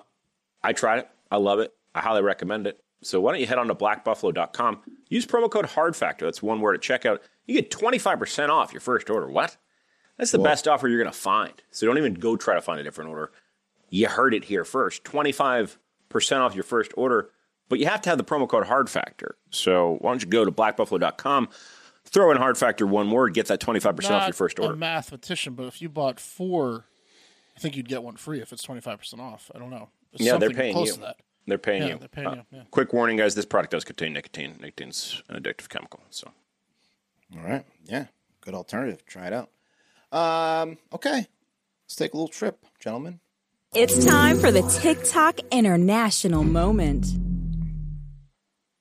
Speaker 3: I tried it. I love it. I highly recommend it. So why don't you head on to blackbuffalo.com? Use promo code HARDFACTOR. That's one word at checkout. You get 25% off your first order. What? That's the best offer you're going to find. So don't even go try to find a different order. You heard it here first. 25% off your first order, but you have to have the promo code HARDFACTOR. So why don't you go to blackbuffalo.com, throw in HARD Factor one word, get that 25% off your
Speaker 2: Not
Speaker 3: first
Speaker 2: A
Speaker 3: order.
Speaker 2: mathematician, but if you bought four, I think you'd get one free if it's twenty five percent off. I don't know. It's
Speaker 3: Yeah, they're
Speaker 2: something
Speaker 3: paying
Speaker 2: close
Speaker 3: you.
Speaker 2: to that.
Speaker 3: They're paying
Speaker 2: Yeah,
Speaker 3: you. Uh,
Speaker 2: they're paying you. Yeah.
Speaker 3: Quick warning, guys, this product does contain nicotine. Nicotine's an addictive chemical. So
Speaker 1: All right. Yeah. Good alternative. Try it out. Um, okay. Let's take a little trip, gentlemen.
Speaker 5: It's time for the TikTok International Moment.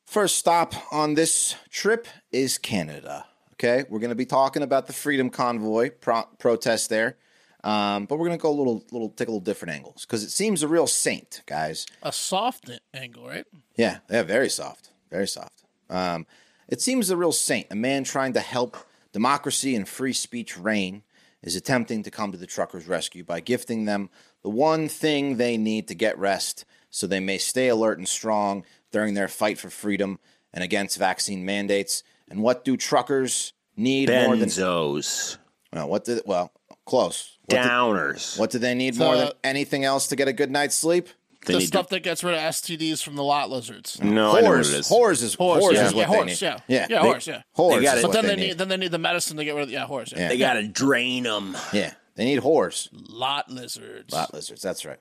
Speaker 1: First stop on this trip is Canada. Okay, we're going to be talking about the Freedom Convoy pro- protest there, um, but we're going to go a little, little, take a little different angles because it seems a real saint, guys.
Speaker 2: A soft a- angle, right?
Speaker 1: Yeah, yeah, very soft, very soft. Um, it seems the real saint, a man trying to help democracy and free speech reign, is attempting to come to the truckers' rescue by gifting them the one thing they need to get rest, so they may stay alert and strong during their fight for freedom and against vaccine mandates. And what do truckers need more than?
Speaker 3: benzos,
Speaker 1: Well, what did? Well, close. What, do,
Speaker 3: downers.
Speaker 1: what do they need more than
Speaker 2: The-
Speaker 1: anything else to get a good night's sleep?
Speaker 3: They
Speaker 2: the
Speaker 3: need
Speaker 2: stuff that gets rid of STDs from the lot lizards.
Speaker 3: to, no, I know what it
Speaker 1: Whores,
Speaker 3: is.
Speaker 1: whores is
Speaker 2: Whores,
Speaker 1: whores
Speaker 2: yeah,
Speaker 1: is what
Speaker 2: yeah,
Speaker 1: they
Speaker 2: whores,
Speaker 1: need.
Speaker 2: yeah.
Speaker 1: yeah,
Speaker 2: Yeah,
Speaker 1: they-
Speaker 2: whores, yeah.
Speaker 1: whores.
Speaker 3: They got
Speaker 1: is
Speaker 3: it.
Speaker 1: what
Speaker 2: But then they,
Speaker 1: need.
Speaker 2: need then they need the medicine to get rid of yeah horse. Yeah.
Speaker 3: They gotta drain them.
Speaker 1: Yeah, they need whores.
Speaker 2: Lot lizards.
Speaker 1: Lot lizards. That's right.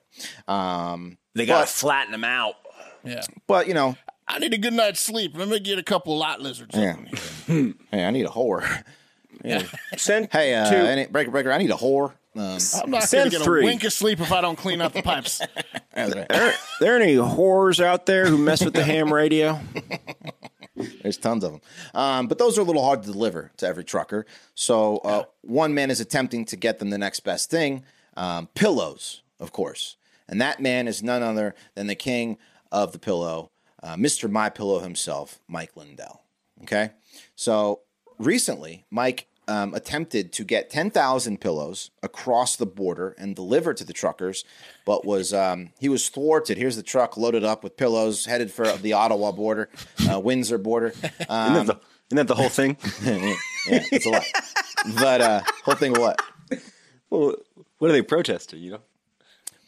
Speaker 1: Um,
Speaker 3: They gotta flatten them out.
Speaker 2: Yeah.
Speaker 1: but you know,
Speaker 2: I need a good night's sleep. Let me get a couple lot lizards.
Speaker 1: yeah. hey, I need a whore.
Speaker 3: Send
Speaker 1: Hey, uh,
Speaker 3: Two.
Speaker 1: any, breaker breaker. I need a whore. Um,
Speaker 2: I'm not
Speaker 3: Send
Speaker 2: going to get
Speaker 3: three.
Speaker 2: a wink of sleep if I don't clean out the pipes.
Speaker 1: that's right.
Speaker 3: there, there any whores out there who mess with the ham radio?
Speaker 1: There's tons of them. Um, but those are a little hard to deliver to every trucker. So uh, one man is attempting to get them the next best thing um, pillows, of course. And that man is none other than the king of the pillow, uh, Mr. My Pillow himself, Mike Lindell. Okay. So recently, Mike um, attempted to get 10,000 pillows across the border and deliver to the truckers, but was um, he was thwarted. Here's the truck loaded up with pillows headed for the Ottawa border, uh, Windsor border. Um,
Speaker 3: isn't, that the, isn't that the whole thing?
Speaker 1: yeah, it's a lot. But uh, whole thing of what?
Speaker 3: well, what are they protesting? You know,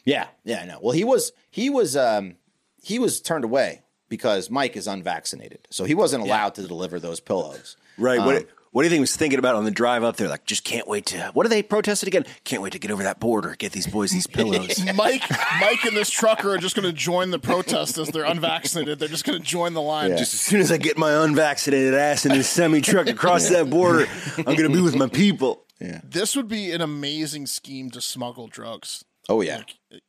Speaker 1: Yeah, yeah, I know. Well, he was he was um, he was turned away because Mike is unvaccinated, so he wasn't allowed to deliver those pillows.
Speaker 3: right? what What do you think he was thinking about on the drive up there? Like, just can't wait to. What are they protesting again? Can't wait to get over that border. Get these boys these pillows.
Speaker 2: Mike, Mike, and this trucker are just going to join the protest as they're unvaccinated. They're just going to join the line.
Speaker 1: Yeah.
Speaker 3: Just as soon as I get my unvaccinated ass in this semi truck across that border, I'm gonna be with my people.
Speaker 2: This would be an amazing scheme to smuggle drugs
Speaker 1: Oh yeah,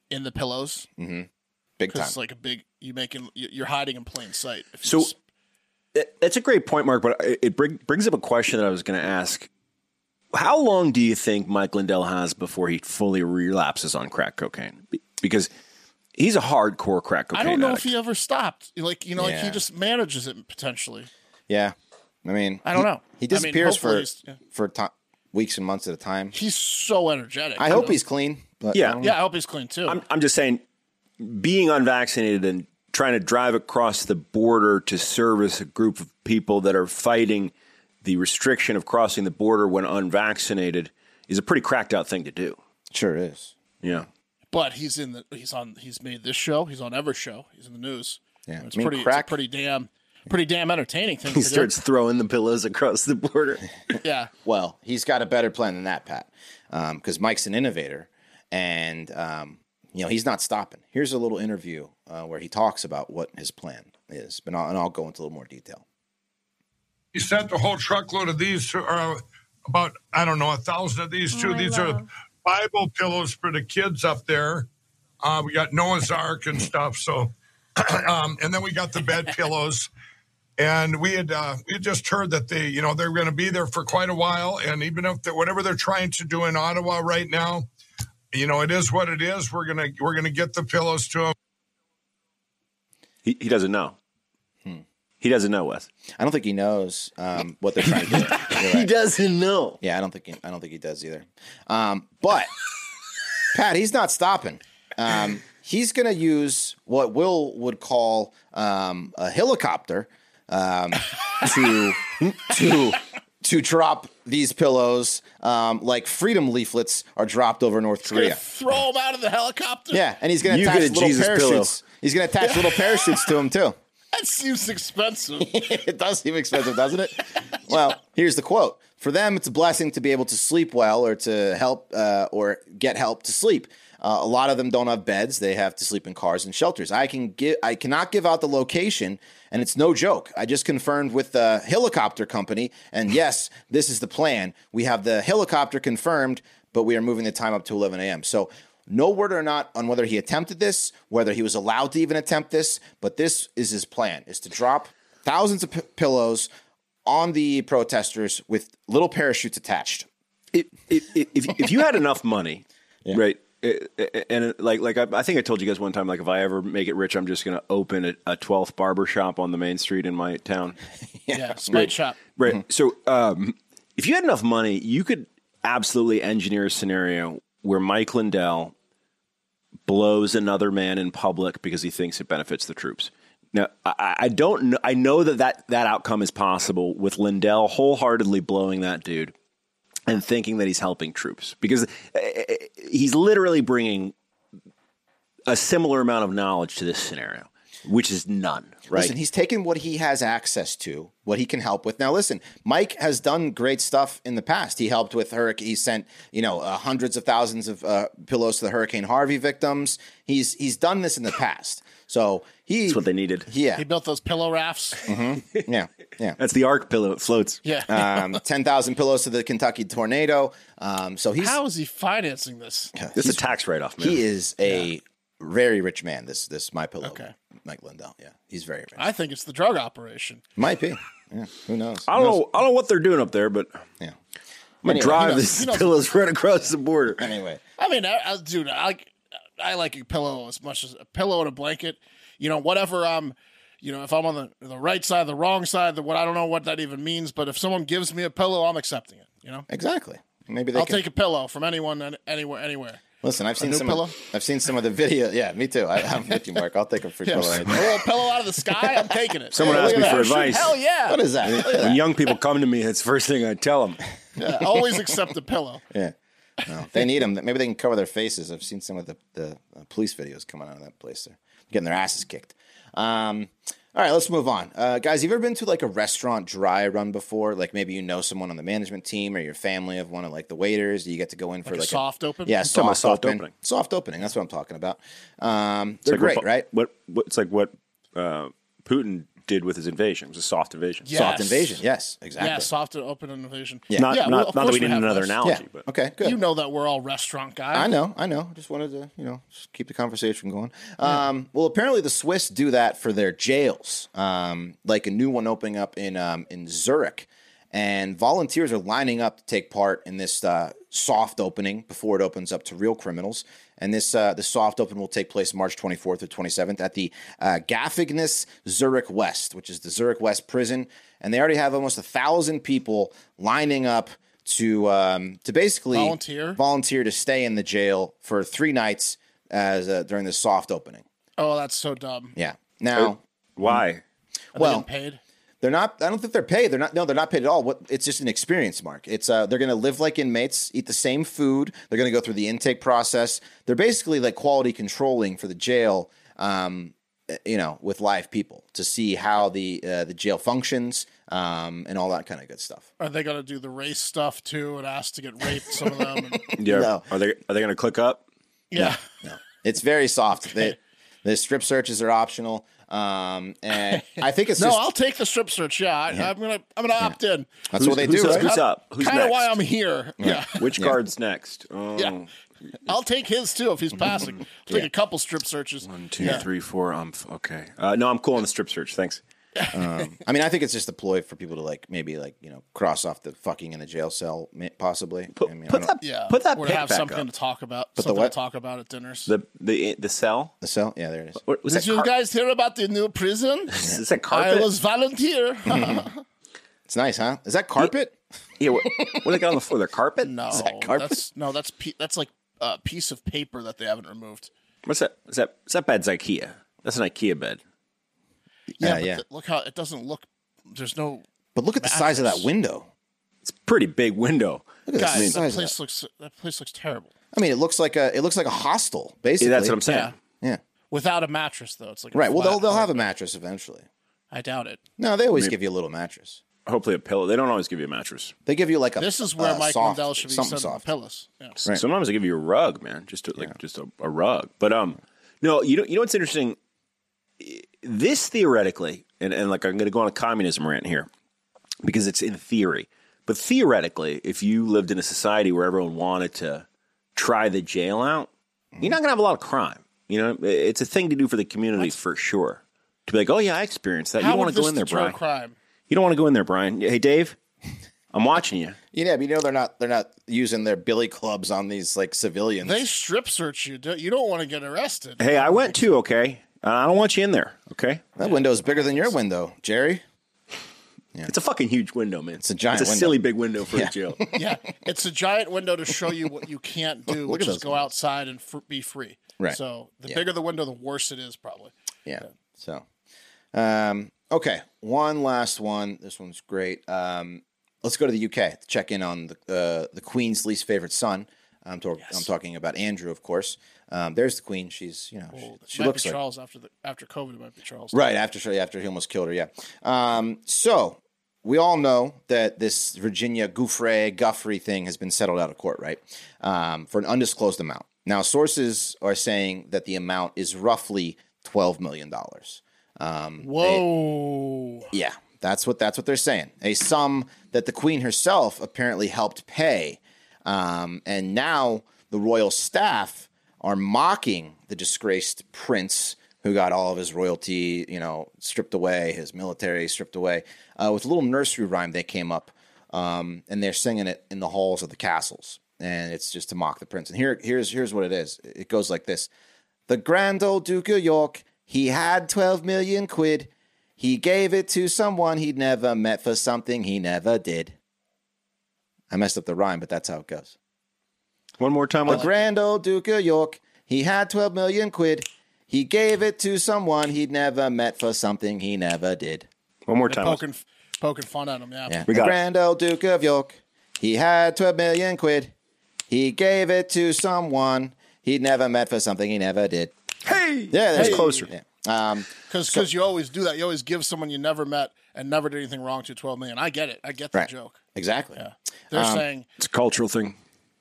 Speaker 2: in the pillows
Speaker 1: big time.
Speaker 2: because it's like a big. You making you're hiding in plain sight. If you
Speaker 3: So-
Speaker 2: just-
Speaker 3: That- That's a great point, Mark. But it, it bring, brings up a question that I was going to ask. How long do you think Mike Lindell has before he fully relapses on crack cocaine? Be- Because he's a hardcore crack
Speaker 2: I
Speaker 3: cocaine.
Speaker 2: don't know
Speaker 3: addict.
Speaker 2: if he ever stopped. Like you know, like
Speaker 1: uh, Yeah.
Speaker 2: he just manages it potentially.
Speaker 1: Yeah, I mean,
Speaker 2: I don't
Speaker 1: he-
Speaker 2: know.
Speaker 1: He
Speaker 2: I mean,
Speaker 1: disappears
Speaker 2: hopefully he's-
Speaker 1: for
Speaker 2: yeah.
Speaker 1: for ti weeks and months at a time.
Speaker 2: He's so energetic.
Speaker 1: I
Speaker 2: you
Speaker 1: hope
Speaker 2: know?
Speaker 1: he's clean. But
Speaker 3: Yeah.
Speaker 1: I don't know.
Speaker 2: Yeah, I hope he's clean too.
Speaker 3: I'm, I'm just saying, being unvaccinated and trying to drive across the border to service a group of people that are fighting the restriction of crossing the border when unvaccinated is a pretty cracked out thing to do.
Speaker 1: sure is.
Speaker 3: Yeah.
Speaker 2: but he's in the he's on he's made this show he's on every show he's in the news
Speaker 1: Yeah,
Speaker 2: it's
Speaker 1: I mean,
Speaker 2: pretty
Speaker 1: crack-
Speaker 2: it's a pretty damn pretty damn entertaining thing
Speaker 3: He
Speaker 2: to do.
Speaker 3: starts throwing the pillows across the border.
Speaker 2: yeah
Speaker 1: Well, he's got a better plan than that, Pat, because Mike's an innovator, and um, you know he's not stopping. Here's a little interview uh, where he talks about what his plan is, but I'll, and I'll go into a little more detail.
Speaker 6: He sent a whole truckload of these, to- or uh, about, I don't know, a thousand of these, too. these are Bible pillows for the kids up there. Uh, we got Noah's Ark and stuff. So, um, and then we got the bed pillows. And we had uh, we had just heard that they, you know, they're going to be there for quite a while. And even if they, whatever they're trying to do in Ottawa right now, you know, it is what it is. We're gonna we're gonna get the pillows to them.
Speaker 3: He, he doesn't know. He doesn't know Wes.
Speaker 1: I don't think he knows um, what they're trying to do. You're right.
Speaker 3: doesn't know.
Speaker 1: Yeah, I don't think he, I don't think he does either. Um, but Pat, he's not stopping. Um, he's going to use what Will would call um, a helicopter um, to to to drop these pillows um, like freedom leaflets are dropped over North Korea.
Speaker 2: Throw him out of the helicopter.
Speaker 1: Yeah, and he's going to
Speaker 3: You
Speaker 1: attach
Speaker 3: get a
Speaker 1: little
Speaker 3: Jesus pillow.
Speaker 1: parachutes. He's going to attach little parachutes to him too.
Speaker 2: That seems expensive.
Speaker 1: it does seem expensive, doesn't it? Well, here's the quote. For them, it's a blessing to be able to sleep well or to help uh, or get help to sleep. Uh, a lot of them don't have beds; they have to sleep in cars and shelters. I can give, I cannot give out the location, and it's no joke. I just confirmed with the helicopter company, and yes, this is the plan. We have the helicopter confirmed, but we are moving the time up to 11 a.m. So no word or not on whether he attempted this, whether he was allowed to even attempt this, but this is his plan: is to drop thousands of p- pillows on the protesters with little parachutes attached.
Speaker 3: If, if, if, if you had enough money, right? eh, eh, And eh, like, like I, I think I told you guys one time, like if I ever make it rich, I'm just going to open a- a twelfth barber shop on the main street in my town.
Speaker 2: yeah, smart shop.
Speaker 3: Right.
Speaker 1: Mm-hmm.
Speaker 3: So, um, if you had enough money, you could absolutely engineer a scenario where Mike Lindell blows another man in public because he thinks it benefits the troops. Now, I- I, I don't know. I know that, that that outcome is possible with Lindell wholeheartedly blowing that dude and thinking that he's helping troops because uh, he's literally bringing a similar amount of knowledge to this scenario, which is none. Right.
Speaker 1: Listen, he's taken what he has access to, what he can help with. Now, listen, Mike has done great stuff in the past. He helped with hurricane. He sent you know uh, hundreds of thousands of uh, pillows to the Hurricane Harvey victims. He's he's done this in the past. So he
Speaker 3: That's what they needed.
Speaker 1: yeah
Speaker 2: He built those pillow rafts.
Speaker 1: yeah yeah.
Speaker 3: That's the arc pillow. It floats.
Speaker 2: Yeah.
Speaker 1: Um, Ten thousand pillows to the Kentucky tornado. Um, so he's
Speaker 2: How is he financing this?
Speaker 3: This is a tax write off, man.
Speaker 1: he is a very rich man. This this my pillow.
Speaker 2: Okay.
Speaker 1: Mike Lindell. Yeah, he's very rich.
Speaker 2: I think it's the drug operation.
Speaker 1: Might be. Yeah, who knows?
Speaker 3: I don't know. I don't know what they're doing up there, but I'm
Speaker 1: Yeah.
Speaker 3: gonna
Speaker 1: Anyway,
Speaker 3: drive
Speaker 2: he knows-
Speaker 3: these
Speaker 2: he knows-
Speaker 3: pillows right across the border.
Speaker 1: Anyway,
Speaker 2: I mean, I, I, dude, I like I like a pillow as much as a pillow and a blanket. You know, whatever I'm, you know, if I'm on the the right side, the wrong side, the what I don't know what that even means. But if someone gives me a pillow, I'm accepting it. You know,
Speaker 1: exactly. Maybe they
Speaker 2: I'll
Speaker 1: can,
Speaker 2: take a pillow from anyone, an- anywhere, anywhere.
Speaker 1: listen. I've seen
Speaker 2: new
Speaker 1: some.
Speaker 2: pillow?
Speaker 1: Of, I've seen some of the video. Yeah, me too. I, I'm with you, Mark. I'll take a free
Speaker 2: Yeah,
Speaker 1: pillow.
Speaker 2: a
Speaker 1: anytime.
Speaker 2: little pillow out of the sky. I'm taking it.
Speaker 3: Someone asked
Speaker 1: look
Speaker 3: me
Speaker 1: at
Speaker 3: for
Speaker 1: that.
Speaker 3: advice.
Speaker 2: Hell yeah!
Speaker 1: What is that? Look at
Speaker 3: When
Speaker 1: that.
Speaker 3: young people come to me, it's the first thing I tell them.
Speaker 2: Yeah, always accept a pillow.
Speaker 1: Yeah. No, they need them. Maybe they can cover their faces. I've seen some of the, the uh, police videos coming out of that place. They're getting their asses kicked. Um, all right, let's move on. Uh, guys, you ever been to like a restaurant dry run before? Like maybe you know someone on the management team or your family of one of like the waiters. You get to go in for like,
Speaker 2: a soft open?
Speaker 1: Yeah,
Speaker 2: I'm
Speaker 3: talking about
Speaker 1: soft,
Speaker 3: soft
Speaker 1: open.
Speaker 3: opening.
Speaker 1: Soft opening. That's what I'm talking about. Um, they're great,
Speaker 3: what,
Speaker 1: right?
Speaker 3: What, what it's like what uh, Putin did with his invasion. It was a soft invasion.
Speaker 2: Yeah.
Speaker 1: Soft
Speaker 2: Yes.
Speaker 1: invasion. Yes, exactly.
Speaker 2: Yeah, soft and open innovation.
Speaker 1: Yeah.
Speaker 3: Not,
Speaker 2: Yeah,
Speaker 3: not,
Speaker 2: well,
Speaker 3: not
Speaker 2: of
Speaker 3: that
Speaker 2: course
Speaker 3: we
Speaker 2: we
Speaker 3: need
Speaker 2: have
Speaker 3: another
Speaker 2: this.
Speaker 1: yeah.
Speaker 3: analogy, but
Speaker 1: okay, good.
Speaker 2: You know that we're all restaurant guys.
Speaker 1: I know, I know. Just wanted to, you know, just keep the conversation going. Um, well, apparently the Swiss do that for their jails, um, like a new one opening up in um, in Zurich, and volunteers are lining up to take part in this uh, soft opening before it opens up to real criminals. And this uh, the soft open will take place March 24th to 27th at the uh, Gaffignis Zurich West, which is the Zurich West prison, and they already have almost a thousand people lining up. To um, to basically
Speaker 2: Volunteer?
Speaker 1: volunteer to stay in the jail for three nights as uh, during the soft opening.
Speaker 2: Oh, that's so dumb.
Speaker 1: Yeah. Now,
Speaker 3: why?
Speaker 2: Well,
Speaker 1: well,
Speaker 2: paid.
Speaker 1: they're not. I don't think they're paid. They're not. No, they're not paid at all. What? It's just an experience, Mark. It's uh, they're going to live like inmates, eat the same food. They're going to go through the intake process. They're basically like quality controlling for the jail. Um, uh, you know, with live people to see how the uh, the jail functions um, and all that kind of good stuff.
Speaker 2: Are they going to do the race stuff too and ask to get raped? Some of them. And-
Speaker 3: Yeah.
Speaker 1: No.
Speaker 3: Are they are they going to click up?
Speaker 2: yeah.
Speaker 1: No, it's very soft. They, the strip searches are optional. Um, and I think it's
Speaker 2: No,
Speaker 1: just
Speaker 2: I'll take the strip search. Yeah, I, I'm gonna I'm gonna opt in.
Speaker 1: that's what they
Speaker 3: who's
Speaker 1: do,
Speaker 3: up?
Speaker 1: right?
Speaker 3: Who's up? Who's
Speaker 2: Kind of
Speaker 3: next?
Speaker 2: why I'm here. Yeah.
Speaker 3: Which card's next? Oh,
Speaker 2: Yeah. I'll take his too if he's passing. I'll take a couple strip searches.
Speaker 3: One, two, three, four. I'm f- okay. Uh, no, I'm cool on the strip search. Thanks.
Speaker 1: I mean, I think it's just a ploy for people to like maybe like you know cross off the fucking in a jail cell ma- possibly.
Speaker 3: Put,
Speaker 1: I mean, I
Speaker 3: put
Speaker 1: don't-
Speaker 3: that.
Speaker 2: Yeah.
Speaker 3: Put that
Speaker 2: Or
Speaker 3: pick
Speaker 2: to have
Speaker 3: back
Speaker 2: something
Speaker 3: up.
Speaker 2: to talk about.
Speaker 1: the
Speaker 2: something
Speaker 1: what?
Speaker 2: to talk about at dinners.
Speaker 3: The the the cell.
Speaker 1: the cell. Yeah, there it is.
Speaker 3: What, was
Speaker 2: Did
Speaker 3: that
Speaker 2: you
Speaker 3: car-
Speaker 2: guys hear about the new prison?
Speaker 3: Is that
Speaker 2: I
Speaker 3: carpet?
Speaker 2: was volunteer.
Speaker 1: It's nice, huh? Is that carpet?
Speaker 3: Yeah, what, what do they got on the floor? Their carpet?
Speaker 2: no,
Speaker 3: Is that carpet?
Speaker 2: that's no, that's pe- that's like a piece of paper that they haven't removed.
Speaker 3: What's that? Is that is that bed's IKEA? That's an IKEA bed.
Speaker 2: Yeah,
Speaker 1: Yeah,
Speaker 2: but
Speaker 1: yeah.
Speaker 2: th- look how it doesn't look. There's no
Speaker 1: But look at the size of that
Speaker 2: Mattress.
Speaker 1: window.
Speaker 3: It's a pretty big window.
Speaker 1: size
Speaker 2: guys. that
Speaker 1: of
Speaker 2: place looks that place looks terrible.
Speaker 1: I mean, it looks like a it looks like a hostel basically.
Speaker 3: Yeah, that's what I'm saying.
Speaker 2: Yeah,
Speaker 1: Yeah,
Speaker 2: without a mattress though, it's like a
Speaker 1: right. Well,
Speaker 2: flat
Speaker 1: they'll they'll have a
Speaker 2: carpet.
Speaker 1: mattress eventually.
Speaker 2: I doubt it.
Speaker 1: No, they always give you a little mattress.
Speaker 3: Hopefully a pillow. They don't always give you a mattress.
Speaker 1: They give you like a
Speaker 2: This is where
Speaker 1: uh,
Speaker 2: Mike
Speaker 1: soft-
Speaker 2: Lindell should be
Speaker 1: something
Speaker 2: sending
Speaker 1: soft.
Speaker 2: the pillows. Yeah.
Speaker 1: Right.
Speaker 3: Sometimes they give you a rug, man, just a, like just a, a rug. But um, no, you know, you know what's interesting? This theoretically, and, and like I'm going to go on a communism rant here because it's in theory, but theoretically, if you lived in a society where everyone wanted to try the jail out,
Speaker 2: Mm-hmm.
Speaker 3: you're not going to have a lot of crime. You know, it's a thing to do for the community for sure. To be like, oh yeah, I experienced that. you
Speaker 2: How
Speaker 3: don't want
Speaker 2: would
Speaker 3: to go
Speaker 2: this
Speaker 3: in there,
Speaker 2: deter
Speaker 3: Brian.
Speaker 2: crime?
Speaker 3: You don't want to go in there, Brian. Hey, Dave, I'm watching you.
Speaker 1: Yeah, but you know they're not they're not using their billy clubs on these like civilians.
Speaker 2: They strip search you. don't- You don't want to get arrested.
Speaker 3: Hey, I went too. Okay, uh, I don't want you in there. Okay.
Speaker 1: that window's bigger than your window, Jerry.
Speaker 3: It's a fucking huge window, man. It's
Speaker 1: a giant
Speaker 3: It's a
Speaker 1: window.
Speaker 3: silly big window for a jail.
Speaker 2: yeah, it's a giant window to show you what you can't do,
Speaker 1: Look
Speaker 2: which
Speaker 1: at
Speaker 2: is
Speaker 1: those
Speaker 2: go outside and fr- be free.
Speaker 1: Right.
Speaker 2: So the
Speaker 1: Yeah.
Speaker 2: bigger the window, the worse it is, probably.
Speaker 1: Yeah. So, um, okay, one last one. This one's great. Um, let's go to the UK to check in on the uh, the Queen's least favorite son. I'm, tor- I'm talking about Andrew, of course. Um, there's the Queen. She's you know she, she
Speaker 2: might
Speaker 1: looks
Speaker 2: be
Speaker 1: like
Speaker 2: Charles after the after COVID. It might be Charles.
Speaker 1: Right after shortly after he almost killed her. Yeah. Um, so we all know that this Virginia Gouffre Guffrey thing has been settled out of court, right? Um, for an undisclosed amount. Now sources are saying that the amount is roughly twelve million dollars. Um,
Speaker 2: Whoa.
Speaker 1: yeah, that's what that's what they're saying. A sum that the queen herself apparently helped pay, um, and now the royal staff are mocking the disgraced prince who got all of his royalty, you know, stripped away, his military stripped away, uh, with a little nursery rhyme they came up, um, and they're singing it in the halls of the castles, and it's just to mock the prince. And here, here's here's what it is. It goes like this. The grand old Duke of York, he had 12 million quid. He gave it to someone he'd never met for something he never did. I messed up the rhyme, but that's how it goes.
Speaker 3: One more time.
Speaker 1: The grand old Duke of York, he had 12 million quid. He gave it to someone he'd never met for something he never did.
Speaker 3: one more time.
Speaker 2: Poking, poking fun at him. Yeah.
Speaker 1: Yeah.
Speaker 3: We
Speaker 1: the
Speaker 3: got it.
Speaker 1: grand old Duke of York, he had 12 million quid. He gave it to someone he'd never met for something he never did.
Speaker 3: Hey,
Speaker 1: Yeah,
Speaker 3: that's
Speaker 1: yeah,
Speaker 3: closer.
Speaker 1: yeah. Um,
Speaker 2: Because you always do that. You always give someone you never met and never did anything wrong to 12 million. I get it. I get the
Speaker 1: right.
Speaker 2: joke.
Speaker 1: Exactly. Um,
Speaker 2: They're saying,
Speaker 3: It's a cultural thing.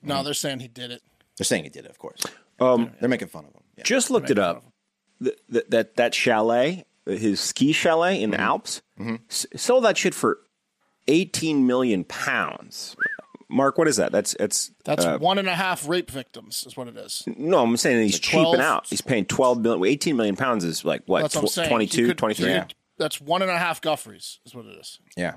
Speaker 2: no,
Speaker 1: mm.
Speaker 2: they're saying he did it.
Speaker 1: They're saying he did it, of course.
Speaker 3: Um,
Speaker 1: They're making fun of him. Yeah.
Speaker 3: Just looked it up. Th- th- that that chalet, his ski chalet in the Alps, s- sold that shit for eighteen million pounds. Mark, what is that? That's that's uh,
Speaker 2: That's
Speaker 1: Uh,
Speaker 2: one and a half rape victims, is what it is.
Speaker 3: no. I'm saying he's cheaping
Speaker 2: 12
Speaker 3: out. He's paying 12 million, 18 million pounds is like what?
Speaker 2: That's what I'm
Speaker 3: tw-
Speaker 2: saying.
Speaker 3: 22,
Speaker 2: You could-
Speaker 3: 23?
Speaker 2: you could- That's one and a half Guffreys, is what it is.
Speaker 1: Yeah.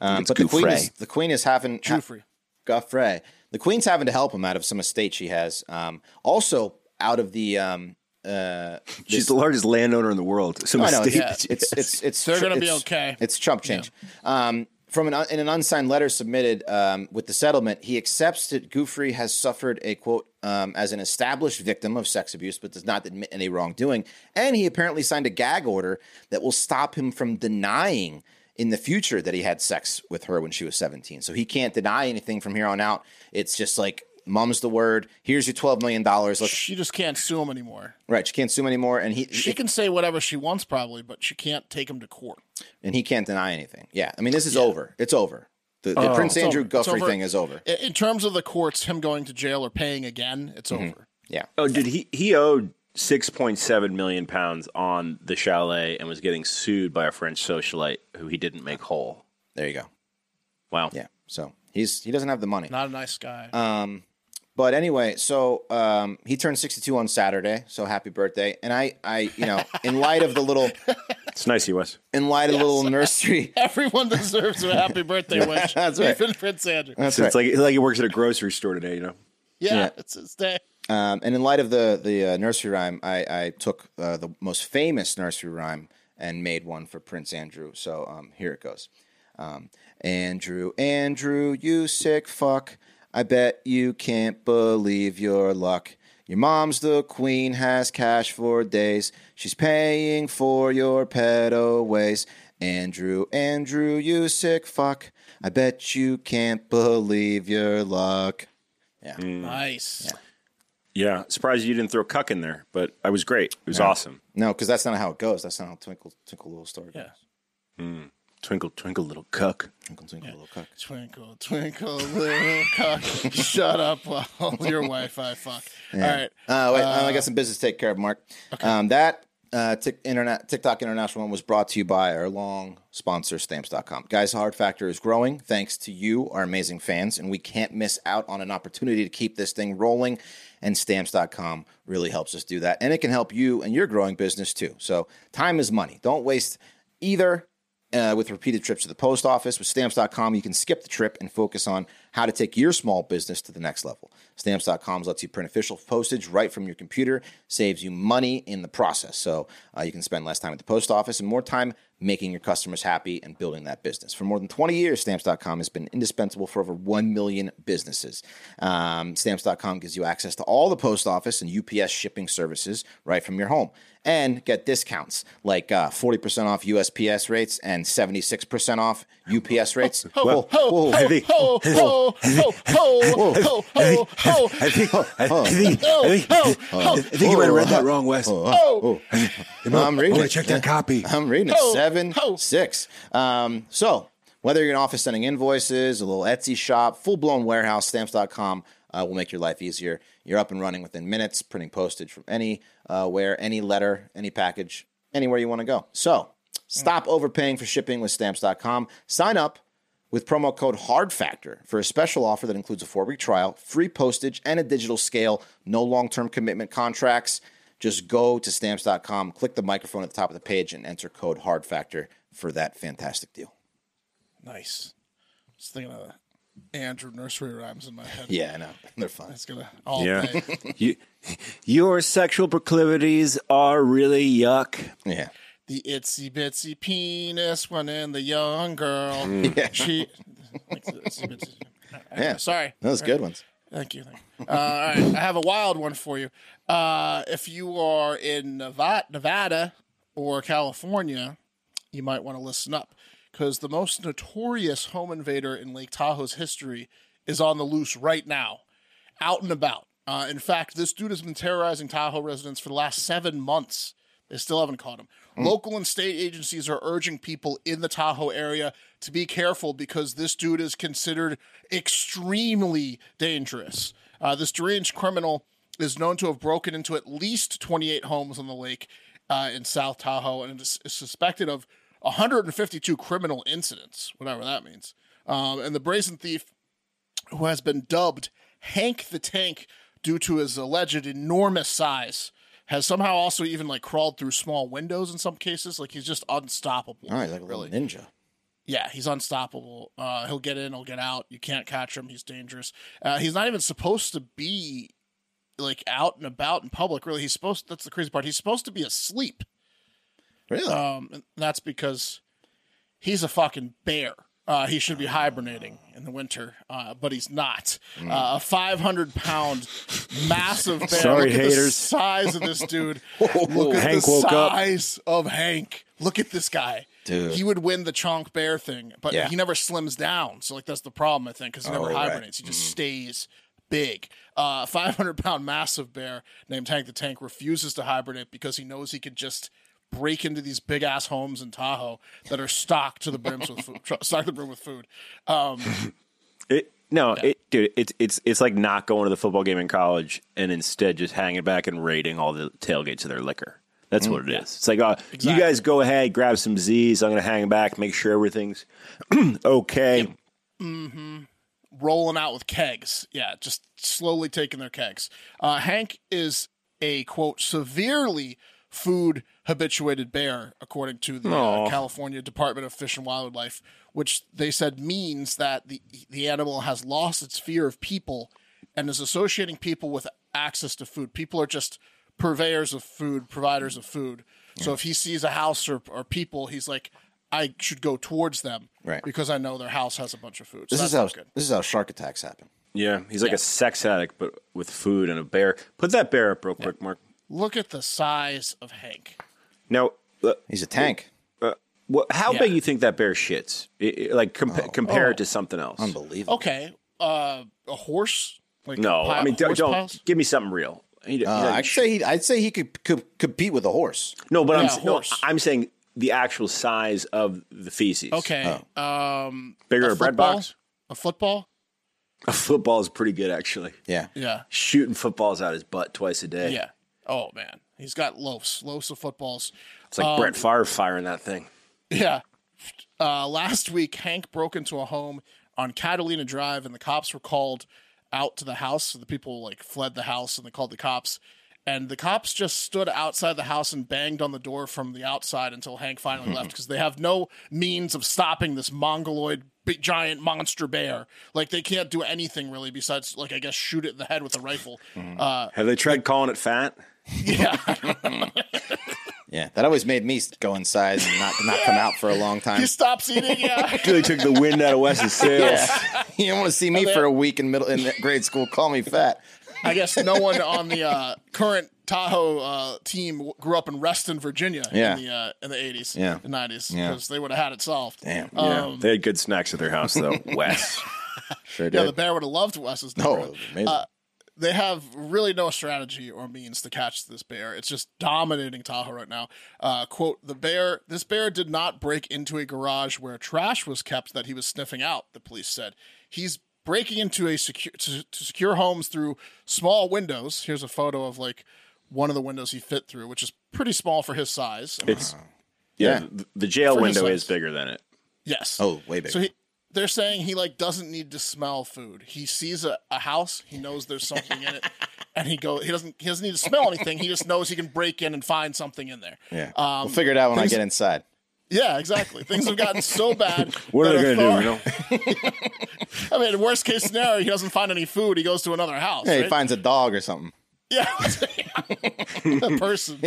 Speaker 1: Um,
Speaker 3: It's
Speaker 1: but the queen,
Speaker 3: Gouffre.
Speaker 1: is, the queen is having ha-
Speaker 2: Jufrey.
Speaker 1: Gouffre. The queen's having to help him out of some estate she has. Um, also out of the um, uh,
Speaker 3: She's the largest landowner in the world. So
Speaker 1: I know
Speaker 3: mistake-
Speaker 1: it's, it's it's it's
Speaker 2: They're gonna be
Speaker 1: it's-
Speaker 2: okay.
Speaker 1: It's chump change. Um, from an un- in an unsigned letter submitted um, with the settlement, he accepts that Goofrey has suffered a quote um, as an established victim of sex abuse, but does not admit any wrongdoing. And he apparently signed a gag order that will stop him from denying in the future that he had sex with her when she was 17. So he can't deny anything from here on out. It's just like mum's the word. Here's your 12 million dollars. Let's
Speaker 2: She just can't sue him anymore.
Speaker 1: right. She can't sue him anymore. And he
Speaker 2: She can say whatever she wants, probably, but she can't take him to court.
Speaker 1: and he can't deny anything. Yeah, I mean, this is over. It's over. The, the Prince
Speaker 2: Oh. It's
Speaker 1: Andrew
Speaker 2: over. It's
Speaker 1: Guffrey
Speaker 2: over.
Speaker 1: thing is over.
Speaker 2: I- In,
Speaker 1: Mm-hmm.
Speaker 2: terms of the courts, him going to jail or paying again, it's over.
Speaker 1: Yeah,
Speaker 3: Oh, did he? He owed 6.7 million pounds on the chalet and was getting sued by a French socialite who he didn't make whole.
Speaker 1: There you go.
Speaker 3: Wow.
Speaker 1: Yeah. So he's he doesn't have the money.
Speaker 2: Not a nice guy.
Speaker 1: Um, but anyway, so um, he turned 62 on Saturday. So happy birthday! And I, I, you know, in light of the little,
Speaker 3: It's nice he was.
Speaker 1: in light of the little nursery,
Speaker 2: Everyone deserves a happy birthday wish.
Speaker 1: That's right.
Speaker 2: Even Prince Andrew.
Speaker 1: that's
Speaker 3: So
Speaker 1: right.
Speaker 3: It's like like he works at a grocery store today, you know.
Speaker 2: yeah,
Speaker 1: yeah.
Speaker 2: it's his day.
Speaker 1: um, and in light of the the uh, nursery rhyme, I, I took uh, the most famous nursery rhyme and made one for Prince Andrew. So um, here it goes. Um, Andrew, Andrew, you sick fuck. I bet you can't believe your luck. Your mom's the queen, has cash for days. She's paying for your pedo ways. Andrew, Andrew, you sick fuck. I bet you can't believe your luck.
Speaker 2: Nice.
Speaker 3: Yeah. Surprised you didn't throw cuck in there, but I was great. It was awesome.
Speaker 1: No, because that's not how it goes. That's not how Twinkle Twinkle Little Star goes.
Speaker 2: Yeah.
Speaker 3: Twinkle, twinkle, little cuck.
Speaker 1: Twinkle Twinkle Little Cook.
Speaker 2: Twinkle, twinkle, little cock. Shut up while your wife I fuck. All right.
Speaker 1: Uh, wait, I got some business to take care of, Mark. Um, that uh, Tik internet, TikTok International one was brought to you by our long sponsor, Stamps.com. Guys, Hard Factor is growing thanks to you, our amazing fans, and we can't miss out on an opportunity to keep this thing rolling. And Stamps.com really helps us do that. And it can help you and your growing business too. So time is money. Don't waste either uh, with repeated trips to the post office. With stamps.com, you can skip the trip and focus on how to take your small business to the next level. Stamps.com lets you print official postage right from your computer, saves you money in the process. So uh, you can spend less time at the post office and more time making your customers happy and building that business. For more than 20 years, Stamps.com has been indispensable for over 1 million businesses. Um, stamps.com gives you access to all the post office and UPS shipping services right from your home and get discounts like uh, 40% off USPS rates and 76% off UPS rates. Whoa, whoa,
Speaker 2: Ho,
Speaker 3: think-
Speaker 2: ho, ho, ho, ho, ho, ho, ho,
Speaker 3: I think,
Speaker 1: Oh,
Speaker 3: I think, I think,
Speaker 2: Oh,
Speaker 3: I think you might have read that wrong, Wes.
Speaker 1: Oh.
Speaker 2: ho.
Speaker 1: No, I'm reading
Speaker 3: I want
Speaker 1: it.
Speaker 3: to check that copy.
Speaker 1: I'm reading it.
Speaker 2: Ho,
Speaker 1: Seven,
Speaker 2: ho.
Speaker 1: six. Um, so whether you're an office sending invoices, a little Etsy shop, full blown warehouse, stamps.com uh, will make your life easier. You're up and running within minutes, printing postage from any uh, where, any letter, any package, anywhere you want to go. So stop overpaying for shipping with stamps.com. Sign up with promo code HARDFACTOR for a special offer that includes a four week trial, free postage, and a digital scale. No long term commitment contracts. Just go to stamps.com, click the microphone at the top of the page, and enter code HARDFACTOR for that fantastic deal.
Speaker 2: Nice. Just thinking of Andrew nursery rhymes in my head.
Speaker 1: Yeah, I know. They're fun.
Speaker 2: It's gonna all
Speaker 3: Yeah.
Speaker 2: day.
Speaker 3: You, your sexual proclivities are really yuck.
Speaker 1: Yeah.
Speaker 2: The itsy bitsy penis one in the young girl. She. Itsy bitsy.
Speaker 1: Mm. Yeah.
Speaker 2: Sorry.
Speaker 1: Those good ones.
Speaker 2: Thank you. Uh, all right, I have a wild one for you. Uh, if you are in Nevada, Nevada or California, you might want to listen up because the most notorious home invader in Lake Tahoe's history is on the loose right now, out and about. Uh, in fact, this dude has been terrorizing Tahoe residents for the last seven months. They still haven't caught him. Local and state agencies are urging people in the Tahoe area to be careful because this dude is considered extremely dangerous. Uh, this deranged criminal is known to have broken into at least 28 homes on the lake uh, in South Tahoe and is is suspected of 152 criminal incidents, whatever that means. Um, and the brazen thief who has been dubbed Hank the Tank due to his alleged enormous size, has somehow also even like crawled through small windows in some cases. Like he's just unstoppable.
Speaker 1: All right, like a little ninja.
Speaker 2: Yeah, he's unstoppable. Uh, he'll get in, he'll get out. You can't catch him. He's dangerous. Uh, he's not even supposed to be like out and about in public. Really, he's supposed. That's the crazy part. He's supposed to be asleep.
Speaker 1: Really?
Speaker 2: Um, and that's because he's a fucking bear. Uh, he should be hibernating
Speaker 3: Ah.
Speaker 2: in the winter, uh, but he's not.
Speaker 3: Hmm.
Speaker 2: Uh, a 500 pound massive bear.
Speaker 3: Sorry,
Speaker 2: Look at the
Speaker 3: haters.
Speaker 2: size of this dude. Look at
Speaker 3: Hank
Speaker 2: the
Speaker 3: woke up.
Speaker 2: size of Hank. Look at this guy.
Speaker 1: Dude.
Speaker 2: He would win the chonk bear thing, but
Speaker 1: Yeah.
Speaker 2: he never slims down. So, like, that's the problem, I think, because he never
Speaker 1: Oh, right.
Speaker 2: hibernates. He just stays big. Uh, 500 pound massive bear named Tank the Tank refuses to hibernate because he knows he could just break into these big ass homes in Tahoe that are stocked to the brims with food, stocked to the brim with food. Um,
Speaker 3: It, No, it, dude, it's it's it's like not going to the football game in college and instead just hanging back and raiding all the tailgates of their liquor. That's
Speaker 2: Mm.
Speaker 3: what it is. It's like, uh, you guys go ahead, grab some Z's. I'm going to hang back, make sure everything's okay.
Speaker 2: rolling out with kegs. Yeah, just slowly taking their kegs. Uh, Hank is a quote severely food habituated bear, according to the uh, California Department of Fish and Wildlife, which they said means that the the animal has lost its fear of people and is associating people with access to food. People are just purveyors of food, providers of food. So if he sees a house or, or people, he's like, I should go towards them
Speaker 1: Right.
Speaker 2: because I know their house has a bunch of food. So
Speaker 1: This
Speaker 2: that's
Speaker 1: is how
Speaker 2: not good.
Speaker 1: this is how shark attacks happen.
Speaker 3: Yeah, he's like a sex addict, but with food and a bear. Put that bear up real quick, Mark.
Speaker 2: Look at the size of Hank.
Speaker 3: Now, uh,
Speaker 1: He's a tank.
Speaker 3: uh, what, how
Speaker 2: Yeah.
Speaker 3: big you think that bear shits? It- it- like compa- compare it to something else.
Speaker 1: Oh, Unbelievable.
Speaker 2: Okay, uh, a horse. Like
Speaker 3: No,
Speaker 2: a pile-
Speaker 3: I mean don't,
Speaker 2: horse
Speaker 3: don't
Speaker 2: piles?
Speaker 3: give me something real. He- he
Speaker 1: Uh,
Speaker 3: doesn't
Speaker 1: I'd
Speaker 3: shit.
Speaker 1: say he, I'd say he could, could compete with a horse.
Speaker 3: No, but I'm
Speaker 2: Yeah,
Speaker 3: s- no,
Speaker 2: horse.
Speaker 3: I'm saying the actual size of the feces.
Speaker 2: Okay, um,
Speaker 3: Oh. bigger
Speaker 2: a
Speaker 3: a bread
Speaker 2: football?
Speaker 3: box.
Speaker 2: a football.
Speaker 3: A football is pretty good actually.
Speaker 1: Yeah.
Speaker 2: Yeah,
Speaker 3: Shooting footballs out his butt twice a day.
Speaker 2: yeah. Oh man, he's got loafs, loafs of footballs.
Speaker 3: it's like
Speaker 2: Um,
Speaker 3: Brett Favre firing that thing.
Speaker 2: Yeah. Uh, last week, Hank broke into a home on Catalina Drive, and the cops were called out to the house. So the people like fled the house, and they called the cops. And the cops just stood outside the house and banged on the door from the outside until Hank finally left because they have no means of stopping this mongoloid big, giant monster bear. Like they can't do anything really besides like I guess shoot it in the head with a rifle. Uh,
Speaker 3: Have they tried calling it fat?
Speaker 2: yeah.
Speaker 1: Yeah. That always made me go inside and not not come out for a long time.
Speaker 2: he stops eating. Yeah.
Speaker 3: Really took the wind out of Wes's sails.
Speaker 1: you don't want to see me for a week in middle in grade school. Call me fat.
Speaker 2: I guess no one on the uh, current Tahoe uh, team w- grew up in Reston, Virginia,
Speaker 1: Yeah.
Speaker 2: in the uh, in the eighties,
Speaker 1: Yeah.
Speaker 2: and nineties,
Speaker 1: Yeah.
Speaker 2: because they would have had it solved.
Speaker 1: Damn.
Speaker 3: Yeah,
Speaker 2: Um,
Speaker 3: they had good snacks at their house though. Wes,
Speaker 1: Sure
Speaker 2: Yeah,
Speaker 1: did.
Speaker 2: the bear would have loved Wes's.
Speaker 1: oh,
Speaker 2: neighborhood.
Speaker 1: amazing.
Speaker 2: They have really no strategy or means to catch this bear. It's just dominating Tahoe right now. Uh, quote: The bear. This bear did not break into a garage where trash was kept that he was sniffing out. The police said he's breaking into a secure to, to secure homes through small windows. Here's a photo of like one of the windows he fit through, which is pretty small for his size. I mean,
Speaker 3: it's yeah. th- The jail
Speaker 2: For his
Speaker 3: window
Speaker 2: size.
Speaker 3: is bigger than it.
Speaker 2: yes.
Speaker 1: oh, way bigger.
Speaker 2: So he, they're saying he like doesn't need to smell food. He sees a, a house, he knows there's something in it, and he go he doesn't he doesn't need to smell anything. He just knows he can break in and find something in there. Um,
Speaker 1: yeah. we'll figure it out when I get inside.
Speaker 2: Yeah, exactly. Things have gotten so bad. that author- I mean, worst case scenario, he doesn't find any food. He goes to another house.
Speaker 1: Yeah,
Speaker 2: right?
Speaker 1: he finds a dog or something.
Speaker 2: yeah, a person.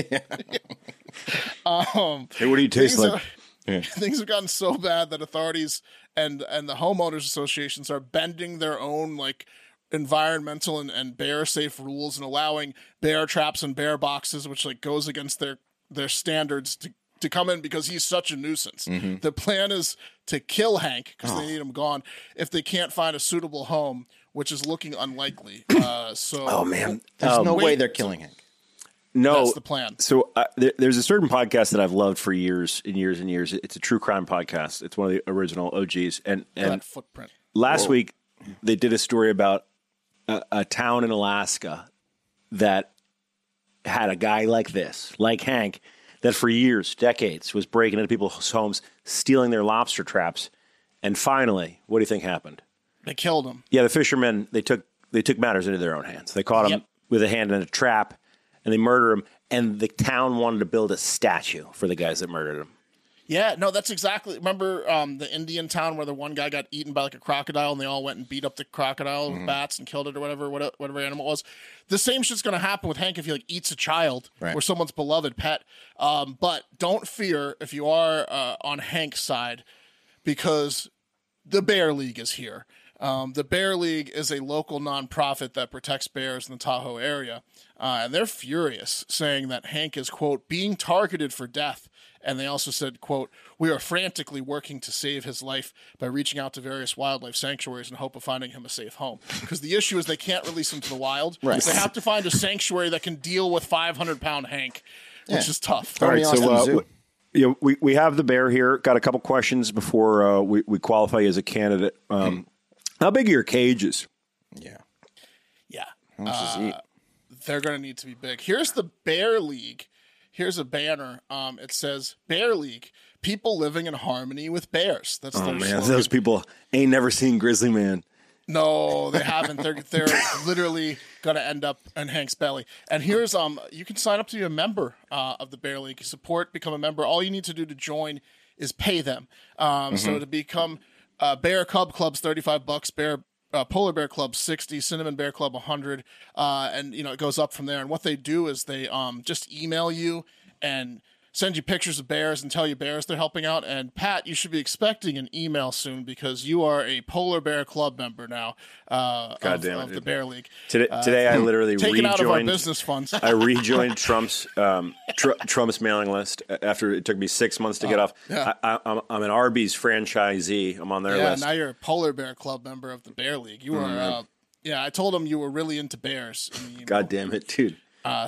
Speaker 2: um,
Speaker 3: Hey, what do you taste
Speaker 2: Things
Speaker 3: like?
Speaker 2: are- things have gotten so bad that authorities and and the homeowners associations are bending their own like environmental and, and bear safe rules and allowing bear traps and bear boxes which like goes against their their standards to to come in because he's such a nuisance. The plan is to kill Hank because they need him gone if they can't find a suitable home, which is looking unlikely. Uh, so, oh man,
Speaker 1: There's no way
Speaker 2: wait.
Speaker 1: they're killing Hank.
Speaker 3: No,
Speaker 2: That's the plan.
Speaker 3: So uh, there, there's a certain podcast that I've loved for years and years and years. It's a true crime podcast. It's one of the original OGs. And and
Speaker 2: that footprint.
Speaker 3: last week they did a story about a, a town in Alaska that had a guy like this, like Hank, that for years, decades, was breaking into people's homes, stealing their lobster traps. And finally, what do you think happened?
Speaker 2: They killed him.
Speaker 3: Yeah, the fishermen they took they took matters into their own hands. They caught him
Speaker 2: Yep.
Speaker 3: with a hand in a trap, and they murder him. And the town wanted to build a statue for the guys that murdered him.
Speaker 2: Yeah, no, that's exactly. Remember um, the Indian town where the one guy got eaten by like a crocodile, and they all went and beat up the crocodile with bats and killed it or whatever, whatever, whatever animal it was. The same shit's gonna happen with Hank if he like eats a child
Speaker 1: Right.
Speaker 2: or someone's beloved pet. Um, but don't fear if you are uh, on Hank's side, because the Bear League is here. Um, the Bear League is a local nonprofit that protects bears in the Tahoe area, uh, and they're furious, saying that Hank is quote being targeted for death. And they also said, "quote We are frantically working to save his life by reaching out to various wildlife sanctuaries in hope of finding him a safe home. Because the issue is they can't release him to the wild.
Speaker 1: Right.
Speaker 2: They have to find a sanctuary that can deal with 500 pound Hank, which
Speaker 1: Yeah.
Speaker 2: is tough.
Speaker 1: All right, so, uh,
Speaker 3: w- you know, we, we have the bear here. Got a couple questions before uh, we, we qualify you as a candidate. Um, How big are your cages?
Speaker 1: Yeah.
Speaker 2: Yeah. Uh,
Speaker 1: How much does he eat?
Speaker 2: they're going to need to be big. Here's the Bear League. Here's a banner. Um, it says Bear League: People living in harmony with bears.
Speaker 1: Oh,
Speaker 2: That's their slogan.
Speaker 3: those people ain't never seen Grizzly Man.
Speaker 2: No, they haven't. They're they're literally gonna end up in Hank's belly. And here's um, you can sign up to be a member uh, of the Bear League. Support, become a member. All you need to do to join is pay them. Um, so to become uh, Bear Cub Club's thirty five bucks. Bear uh, Polar Bear Club sixty. Cinnamon Bear Club hundred. Uh, and you know it goes up from there. And what they do is they um just email you and send you pictures of bears and tell you bears they're helping out. And Pat, you should be expecting an email soon because you are a Polar Bear Club member now. Uh,
Speaker 3: God
Speaker 2: of,
Speaker 3: damn it,
Speaker 2: of the
Speaker 3: dude.
Speaker 2: Bear League.
Speaker 3: Today, today I literally
Speaker 2: Taken
Speaker 3: rejoined.
Speaker 2: Uh, out of our business funds.
Speaker 3: I rejoined Trump's um, tr- Trump's mailing list a- after it took me six months to get
Speaker 2: Oh,
Speaker 3: off. I, I, I'm, I'm an Arby's franchisee. I'm on their
Speaker 2: yeah,
Speaker 3: list.
Speaker 2: now you're a Polar Bear Club member of the Bear League. You were, uh, yeah, I told him you were really into bears. In the email.
Speaker 3: Mm-hmm. God damn it, dude!
Speaker 2: Uh,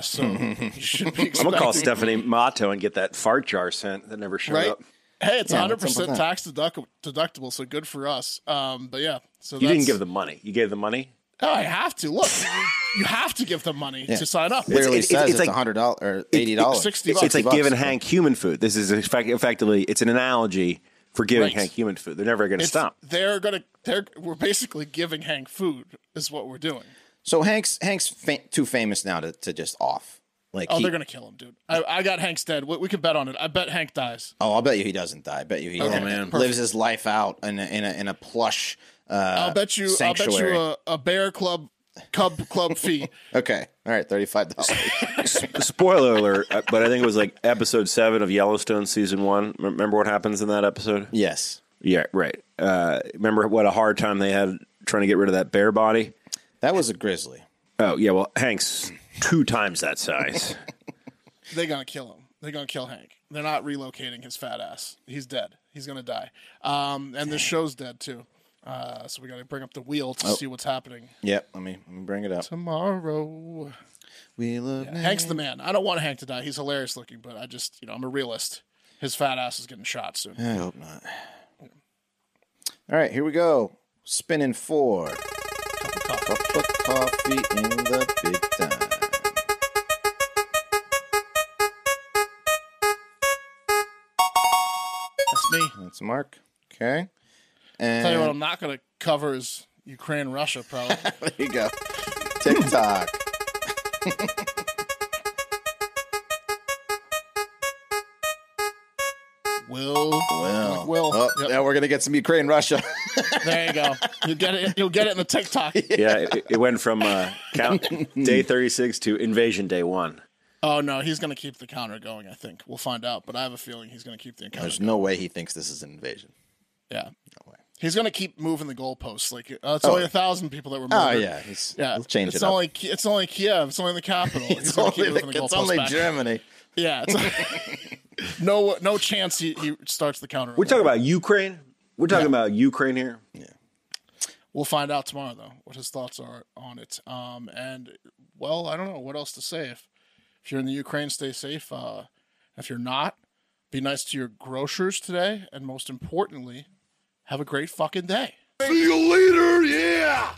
Speaker 2: so you should be
Speaker 3: I'm
Speaker 2: expecting.
Speaker 3: gonna call Stephanie Mato and get that fart jar sent that never showed
Speaker 2: Right?
Speaker 3: up.
Speaker 2: Hey, it's
Speaker 1: Yeah,
Speaker 2: 100%
Speaker 1: what's up
Speaker 2: tax deduct- deductible, so good for us. Um, but yeah, so
Speaker 3: You
Speaker 2: that's,
Speaker 3: didn't give the money. You gave the money.
Speaker 2: Oh, I have to look. you have to give them money to sign up.
Speaker 1: Literally
Speaker 3: it's-
Speaker 1: says
Speaker 3: it's
Speaker 1: it's,
Speaker 3: like-
Speaker 1: hundred dollars or eighty dollars.
Speaker 2: 60 bucks.
Speaker 3: It's like giving Hank human food. This is effect- effectively it's an analogy for giving
Speaker 2: Right.
Speaker 3: Hank human food. They're never gonna
Speaker 2: It's-
Speaker 3: stop.
Speaker 2: They're gonna. They're. We're basically giving Hank food. Is what we're doing.
Speaker 1: So Hank's Hank's fa- too famous now to, to just off. Like
Speaker 2: Oh,
Speaker 1: he-
Speaker 2: they're gonna kill him, dude. I, I got Hank's dead. We, we can bet on it. I bet Hank dies.
Speaker 1: Oh, I'll bet you he doesn't die. I bet you he ha-
Speaker 2: man.
Speaker 1: lives his life out in a, in a, in a plush. Uh,
Speaker 2: I'll bet you. uh,
Speaker 1: sanctuary.
Speaker 2: I'll bet you a, a bear club, cub club fee.
Speaker 1: Okay, all right, thirty five dollars.
Speaker 3: Spoiler alert! uh, But I think it was like episode seven of Yellowstone season one. M- Remember what happens in that episode?
Speaker 1: yes,
Speaker 3: Yeah, right. Uh, remember what a hard time they had trying to get rid of that bear body?
Speaker 1: that was a grizzly.
Speaker 3: Oh yeah, well Hank's two times that size.
Speaker 2: They're gonna kill him. They're gonna kill Hank. They're not relocating his fat ass. He's dead. He's gonna die. Um, and this show's dead too. Uh, so we gotta bring up the wheel
Speaker 1: Oh.
Speaker 2: to see what's happening
Speaker 1: Yep, let me, let me bring it up.
Speaker 2: tomorrow.
Speaker 1: We love
Speaker 2: Hank's the man. I don't want Hank to die. He's hilarious looking, but I just, you know, I'm a realist. His fat ass is getting shot soon.
Speaker 1: I hope not. All right, here we go. Spinning four. Cup of coffee in the big time.
Speaker 2: That's me.
Speaker 1: That's Mark. Okay.
Speaker 2: Tell you what,
Speaker 1: And
Speaker 2: I'm not going to cover is Ukraine, Russia, probably.
Speaker 1: there you go. TikTok.
Speaker 2: Will,
Speaker 1: Well,
Speaker 2: Like Will.
Speaker 1: Oh,
Speaker 2: Yep.
Speaker 1: now we're gonna get some Ukraine Russia.
Speaker 2: there you go. You get it. You'll get it in the TikTok.
Speaker 3: yeah, it, it went from uh, count day thirty six to invasion day one.
Speaker 2: Oh no, he's going to keep the counter going. I think we'll find out, but I have a feeling he's going to keep the counter.
Speaker 1: There's no way he thinks this is an invasion.
Speaker 2: Yeah, he's going to keep moving the goalposts. Like uh, it's only a thousand people that were.
Speaker 1: Oh
Speaker 2: murdered.
Speaker 1: yeah, he's,
Speaker 2: yeah.
Speaker 1: We'll change
Speaker 2: it's
Speaker 1: it up.
Speaker 2: only Ki- it's only Kiev. It's only the capital. He's
Speaker 1: it's
Speaker 2: gonna
Speaker 1: only,
Speaker 2: keep moving
Speaker 1: it's
Speaker 2: goalposts
Speaker 1: only
Speaker 2: back.
Speaker 1: Germany.
Speaker 2: Yeah. it's- no, no chance he, he starts the counter.
Speaker 3: We're talking about Ukraine. We're talking about Ukraine here.
Speaker 2: We'll find out tomorrow though what his thoughts are on it. Um, and well, I don't know what else to say. If if you're in the Ukraine, stay safe. Uh, if you're not, be nice to your grocers today, and most importantly, have a great fucking day.
Speaker 7: See you later, yeah!